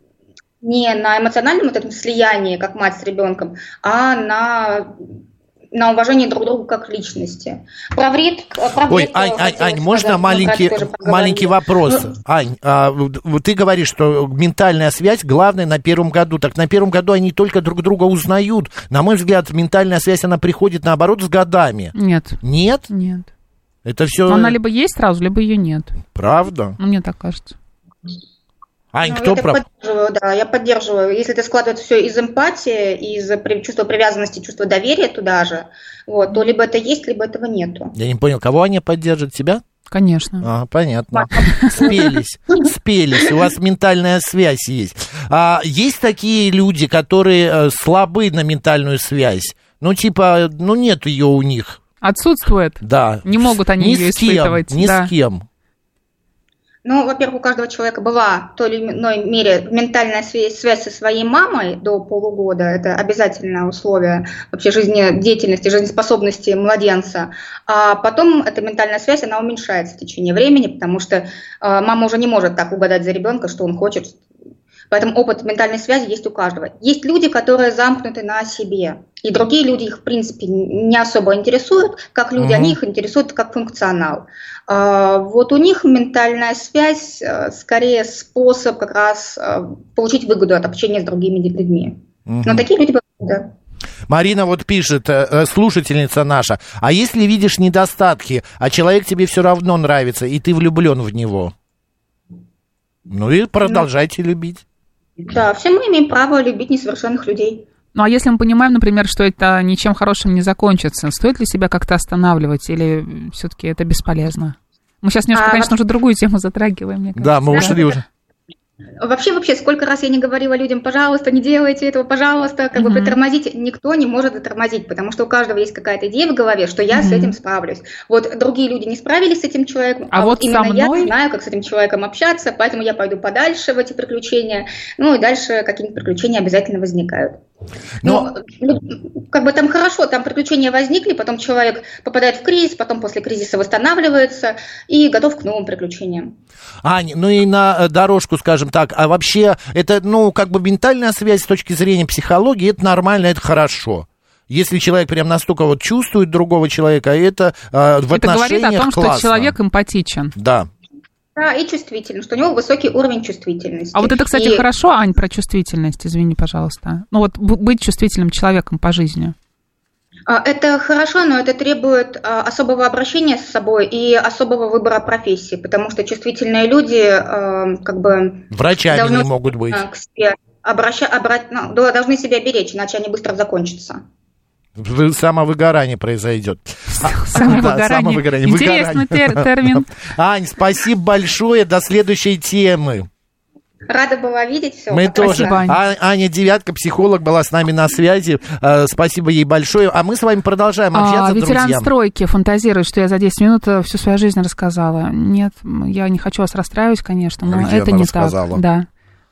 Speaker 4: не на эмоциональном вот этом слиянии, как мать с ребенком, а на на уважение друг к другу как личности. Про вред, э, про
Speaker 1: Ой,
Speaker 4: вред, э,
Speaker 1: Ань, Ань,
Speaker 4: хотелось
Speaker 1: Ань, можно
Speaker 4: сказать, мы про это
Speaker 1: маленький,
Speaker 4: тоже поговорили.
Speaker 1: маленький вопрос?
Speaker 4: Ну.
Speaker 1: Ань, а, вот- вот ты говоришь, что ментальная связь главная на первом году. Так на первом году они только друг друга узнают. На мой взгляд, ментальная связь, она приходит, наоборот, с годами.
Speaker 2: Нет,
Speaker 1: Нет?
Speaker 2: нет.
Speaker 1: Это все...
Speaker 2: Она либо есть сразу, либо ее нет.
Speaker 1: Правда?
Speaker 2: Ну, Мне так кажется.
Speaker 1: Ань,
Speaker 4: Ну,
Speaker 1: кто
Speaker 4: я так
Speaker 1: прав?
Speaker 4: поддерживаю, да, я поддерживаю. Если это складывается все из эмпатии, из при- чувства привязанности, чувства доверия туда же, вот, то либо это есть, либо этого нету.
Speaker 1: Я не понял, кого они поддержат? Тебя?
Speaker 2: Конечно.
Speaker 1: А, понятно.
Speaker 2: [LAUGHS]
Speaker 1: Спелись, спелись. У вас ментальная связь есть. А есть такие люди, которые э, слабы на ментальную связь? Ну, типа, ну, нет ее у них.
Speaker 2: Отсутствует.
Speaker 1: Да.
Speaker 2: Не могут они
Speaker 1: ни
Speaker 2: её
Speaker 1: с кем,
Speaker 2: испытывать,
Speaker 1: Ни
Speaker 2: да.
Speaker 1: с кем.
Speaker 4: Ну, во-первых, у каждого человека была в той или иной мере ментальная связь, связь со своей мамой до полугода. Это обязательное условие вообще жизнедеятельности, жизнеспособности младенца. А потом эта ментальная связь, она уменьшается в течение времени, потому что э, мама уже не может так угадать за ребенка, что он хочет. Поэтому опыт ментальной связи есть у каждого. Есть люди, которые замкнуты на себе. И другие люди их, в принципе, не особо интересуют, как люди,
Speaker 1: Мгм.
Speaker 4: они их интересуют как функционал. А, Вот у них ментальная связь э, скорее способ как раз э, получить выгоду от общения с другими людьми.
Speaker 1: Мгм.
Speaker 4: Но такие люди бывают, Ну, да.
Speaker 1: Марина вот пишет, э, э, слушательница наша, а если видишь недостатки, а человек тебе все равно нравится, и ты влюблен в него? Ну и продолжайте любить.
Speaker 4: Да, все мы имеем право любить несовершенных людей.
Speaker 2: Ну а если мы понимаем, например, что это ничем хорошим не закончится, стоит ли себя как-то останавливать или все-таки это бесполезно? Мы сейчас немножко,
Speaker 4: А,
Speaker 2: конечно, уже другую тему затрагиваем. мне кажется.
Speaker 1: Да, мы ушли уже.
Speaker 4: Вообще, вообще, сколько раз я не говорила людям, пожалуйста, не делайте этого, пожалуйста, как бы
Speaker 2: Мгм.
Speaker 4: притормозите. Никто не может затормозить, потому что у каждого есть какая-то идея в голове, что я с
Speaker 2: Мгм.
Speaker 4: этим справлюсь. Вот другие люди не справились с этим человеком,
Speaker 2: А вот со
Speaker 4: именно
Speaker 2: мной-
Speaker 4: я знаю, как с этим человеком общаться, поэтому я пойду подальше в эти приключения. Ну и дальше какие-нибудь приключения обязательно возникают.
Speaker 1: Но-
Speaker 4: Ну, лю- как бы там хорошо, там приключения возникли, потом человек попадает в кризис, потом после кризиса восстанавливается и готов к новым приключениям.
Speaker 1: Ань, ну и на э, дорожку, скажем так, а вообще это, ну, как бы ментальная связь с точки зрения психологии, это нормально, это хорошо. Если человек прям настолько вот чувствует другого человека, это э, в
Speaker 2: это говорит
Speaker 1: отношениях
Speaker 2: о том,
Speaker 1: классно.
Speaker 2: что человек эмпатичен.
Speaker 1: Да.
Speaker 4: Да, и чувствительность, что у него высокий уровень чувствительности.
Speaker 2: А вот это, кстати,
Speaker 4: И-
Speaker 2: хорошо, Ань, про чувствительность, извини, пожалуйста. Ну вот б- быть чувствительным человеком по жизни.
Speaker 4: А, Это хорошо, но это требует а, особого обращения с собой и особого выбора профессии, потому что чувствительные люди а, как бы
Speaker 1: Врачами
Speaker 4: Должно-
Speaker 1: не могут быть.
Speaker 4: а, к себе обраща- обра- ну, да, должны себя беречь, иначе они быстро закончатся.
Speaker 1: В- Самовыгорание произойдет.
Speaker 2: [LAUGHS] Самовыгорание.
Speaker 1: Да, самовыгорание.
Speaker 2: Интересный
Speaker 1: Выгорание.
Speaker 2: тер-
Speaker 1: [LAUGHS]
Speaker 2: термин.
Speaker 1: Ань, спасибо большое. До следующей темы.
Speaker 4: Рада была видеть все.
Speaker 1: Мы тоже.
Speaker 2: Спасибо, Ань.
Speaker 1: А- Аня Девятка, психолог, была с нами на связи. Э, Спасибо ей большое. А мы с вами продолжаем
Speaker 2: А,
Speaker 1: общаться,
Speaker 2: ветеран
Speaker 1: друзья.
Speaker 2: стройки фантазирует, что я за 10 минут э, всю свою жизнь рассказала. Нет, м, я не хочу вас расстраивать, конечно, но
Speaker 1: Где
Speaker 2: это
Speaker 1: она
Speaker 2: не
Speaker 1: рассказала?
Speaker 2: так. Да.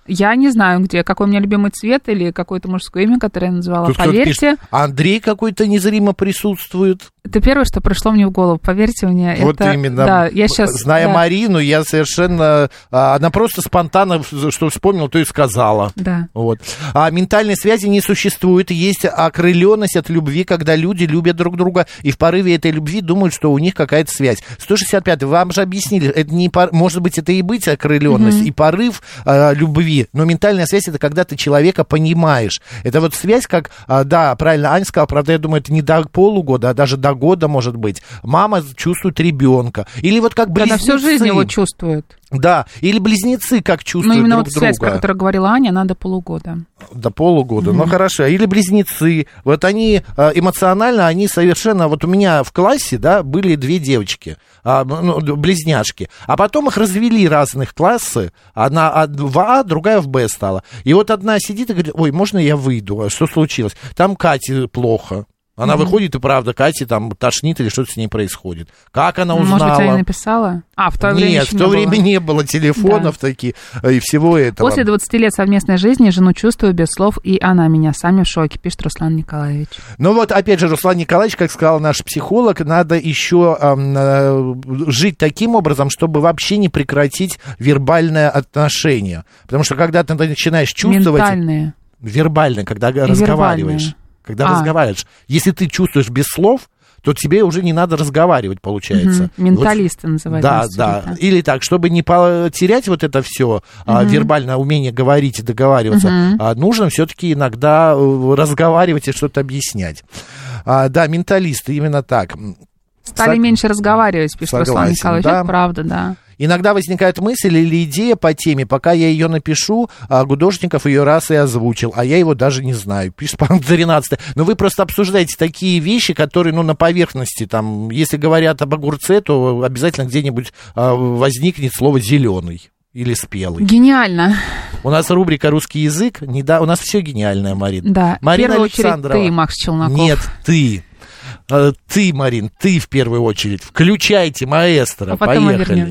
Speaker 2: Я не знаю, где, какой у меня любимый цвет или какое-то мужское имя, которое я назвала.
Speaker 1: Тут кто-то
Speaker 2: Поверьте,
Speaker 1: пишет, Андрей какой-то незримо присутствует.
Speaker 2: это первое, что пришло мне в голову. Поверьте мне,
Speaker 1: Вот
Speaker 2: это...
Speaker 1: именно.
Speaker 2: Да, я сейчас...
Speaker 1: Зная Марину, я совершенно... а, Она просто спонтанно, что вспомнила, то и сказала.
Speaker 2: Да.
Speaker 1: Вот. А ментальной связи не существует. Есть окрыленность от любви, когда люди любят друг друга и в порыве этой любви думают, что у них какая-то связь. 165 вам же объяснили, это не пор- может быть, это и быть окрыленность, и порыв а, любви. Но ментальная связь это когда ты человека понимаешь. Это вот связь, как, а, да, правильно Аня сказала, правда, я думаю, это не до полугода, а даже до года может быть. Мама чувствует ребенка. Или вот как
Speaker 2: Она
Speaker 1: близнецы.
Speaker 2: всю жизнь его чувствует.
Speaker 1: Да, или близнецы как
Speaker 2: Но
Speaker 1: чувствуют
Speaker 2: Ну, именно
Speaker 1: друг
Speaker 2: вот связь,
Speaker 1: друга.
Speaker 2: про которую говорила Аня, надо полугода.
Speaker 1: До полугода. Ну хорошо. Или близнецы. Вот они э, эмоционально, они совершенно. Вот у меня в классе, да, были две девочки, а, ну, д- близняшки. А потом их развели разных классы. Одна а, в А, другая в Б стала. И вот одна сидит и говорит: ой, можно я выйду? А Что случилось? Там Кате плохо. Она выходит, и правда, Кате там тошнит или что-то с ней происходит. Как она
Speaker 2: Может быть,
Speaker 1: узнала?
Speaker 2: она и написала? А, в то время
Speaker 1: Нет,
Speaker 2: еще
Speaker 1: в
Speaker 2: не
Speaker 1: то
Speaker 2: было.
Speaker 1: время не было телефонов таких э, и всего этого.
Speaker 2: После 20 лет совместной жизни жену чувствую без слов, и она меня сами в шоке, пишет Руслан Николаевич.
Speaker 1: Ну вот, опять же, Руслан Николаевич, как сказал наш психолог, надо еще эм, э, жить таким образом, чтобы вообще не прекратить вербальное отношение. Потому что когда ты начинаешь чувствовать...
Speaker 2: Ментальные.
Speaker 1: Вербально, когда разговариваешь. Когда
Speaker 2: А.
Speaker 1: разговариваешь. Если ты чувствуешь без слов, то тебе уже не надо разговаривать, получается.
Speaker 2: Мгм. Менталисты называют
Speaker 1: Ну, Да,
Speaker 2: нас
Speaker 1: да.
Speaker 2: теперь, да.
Speaker 1: Или так, чтобы не потерять вот это все вербальное умение говорить и договариваться, а, нужно все-таки иногда э, разговаривать и что-то объяснять. А, да, менталисты именно так.
Speaker 2: Стали
Speaker 1: Сог-
Speaker 2: меньше разговаривать, пишет Руслан
Speaker 1: Согласен,
Speaker 2: Николаевич.
Speaker 1: да.
Speaker 2: Это правда, да.
Speaker 1: Иногда возникает мысль или идея по теме, пока я ее напишу, а Гудошников ее раз и озвучил, а я его даже не знаю, пишет [LAUGHS] Пан 13. Но вы просто обсуждаете такие вещи, которые, ну, на поверхности, там, если говорят об огурце, то обязательно где-нибудь а, возникнет слово «зеленый» или «спелый».
Speaker 2: Гениально,
Speaker 1: У нас рубрика «Русский язык», не да, у нас все гениальное, Марина.
Speaker 2: да. В
Speaker 1: Марина
Speaker 2: первую очередь
Speaker 1: Александрова.
Speaker 2: ты, Макс Челноков.
Speaker 1: Нет, ты. Э, Ты, Марин, ты в первую очередь. Включайте, маэстро,
Speaker 2: А потом мы
Speaker 1: поехали.
Speaker 2: А вернемся.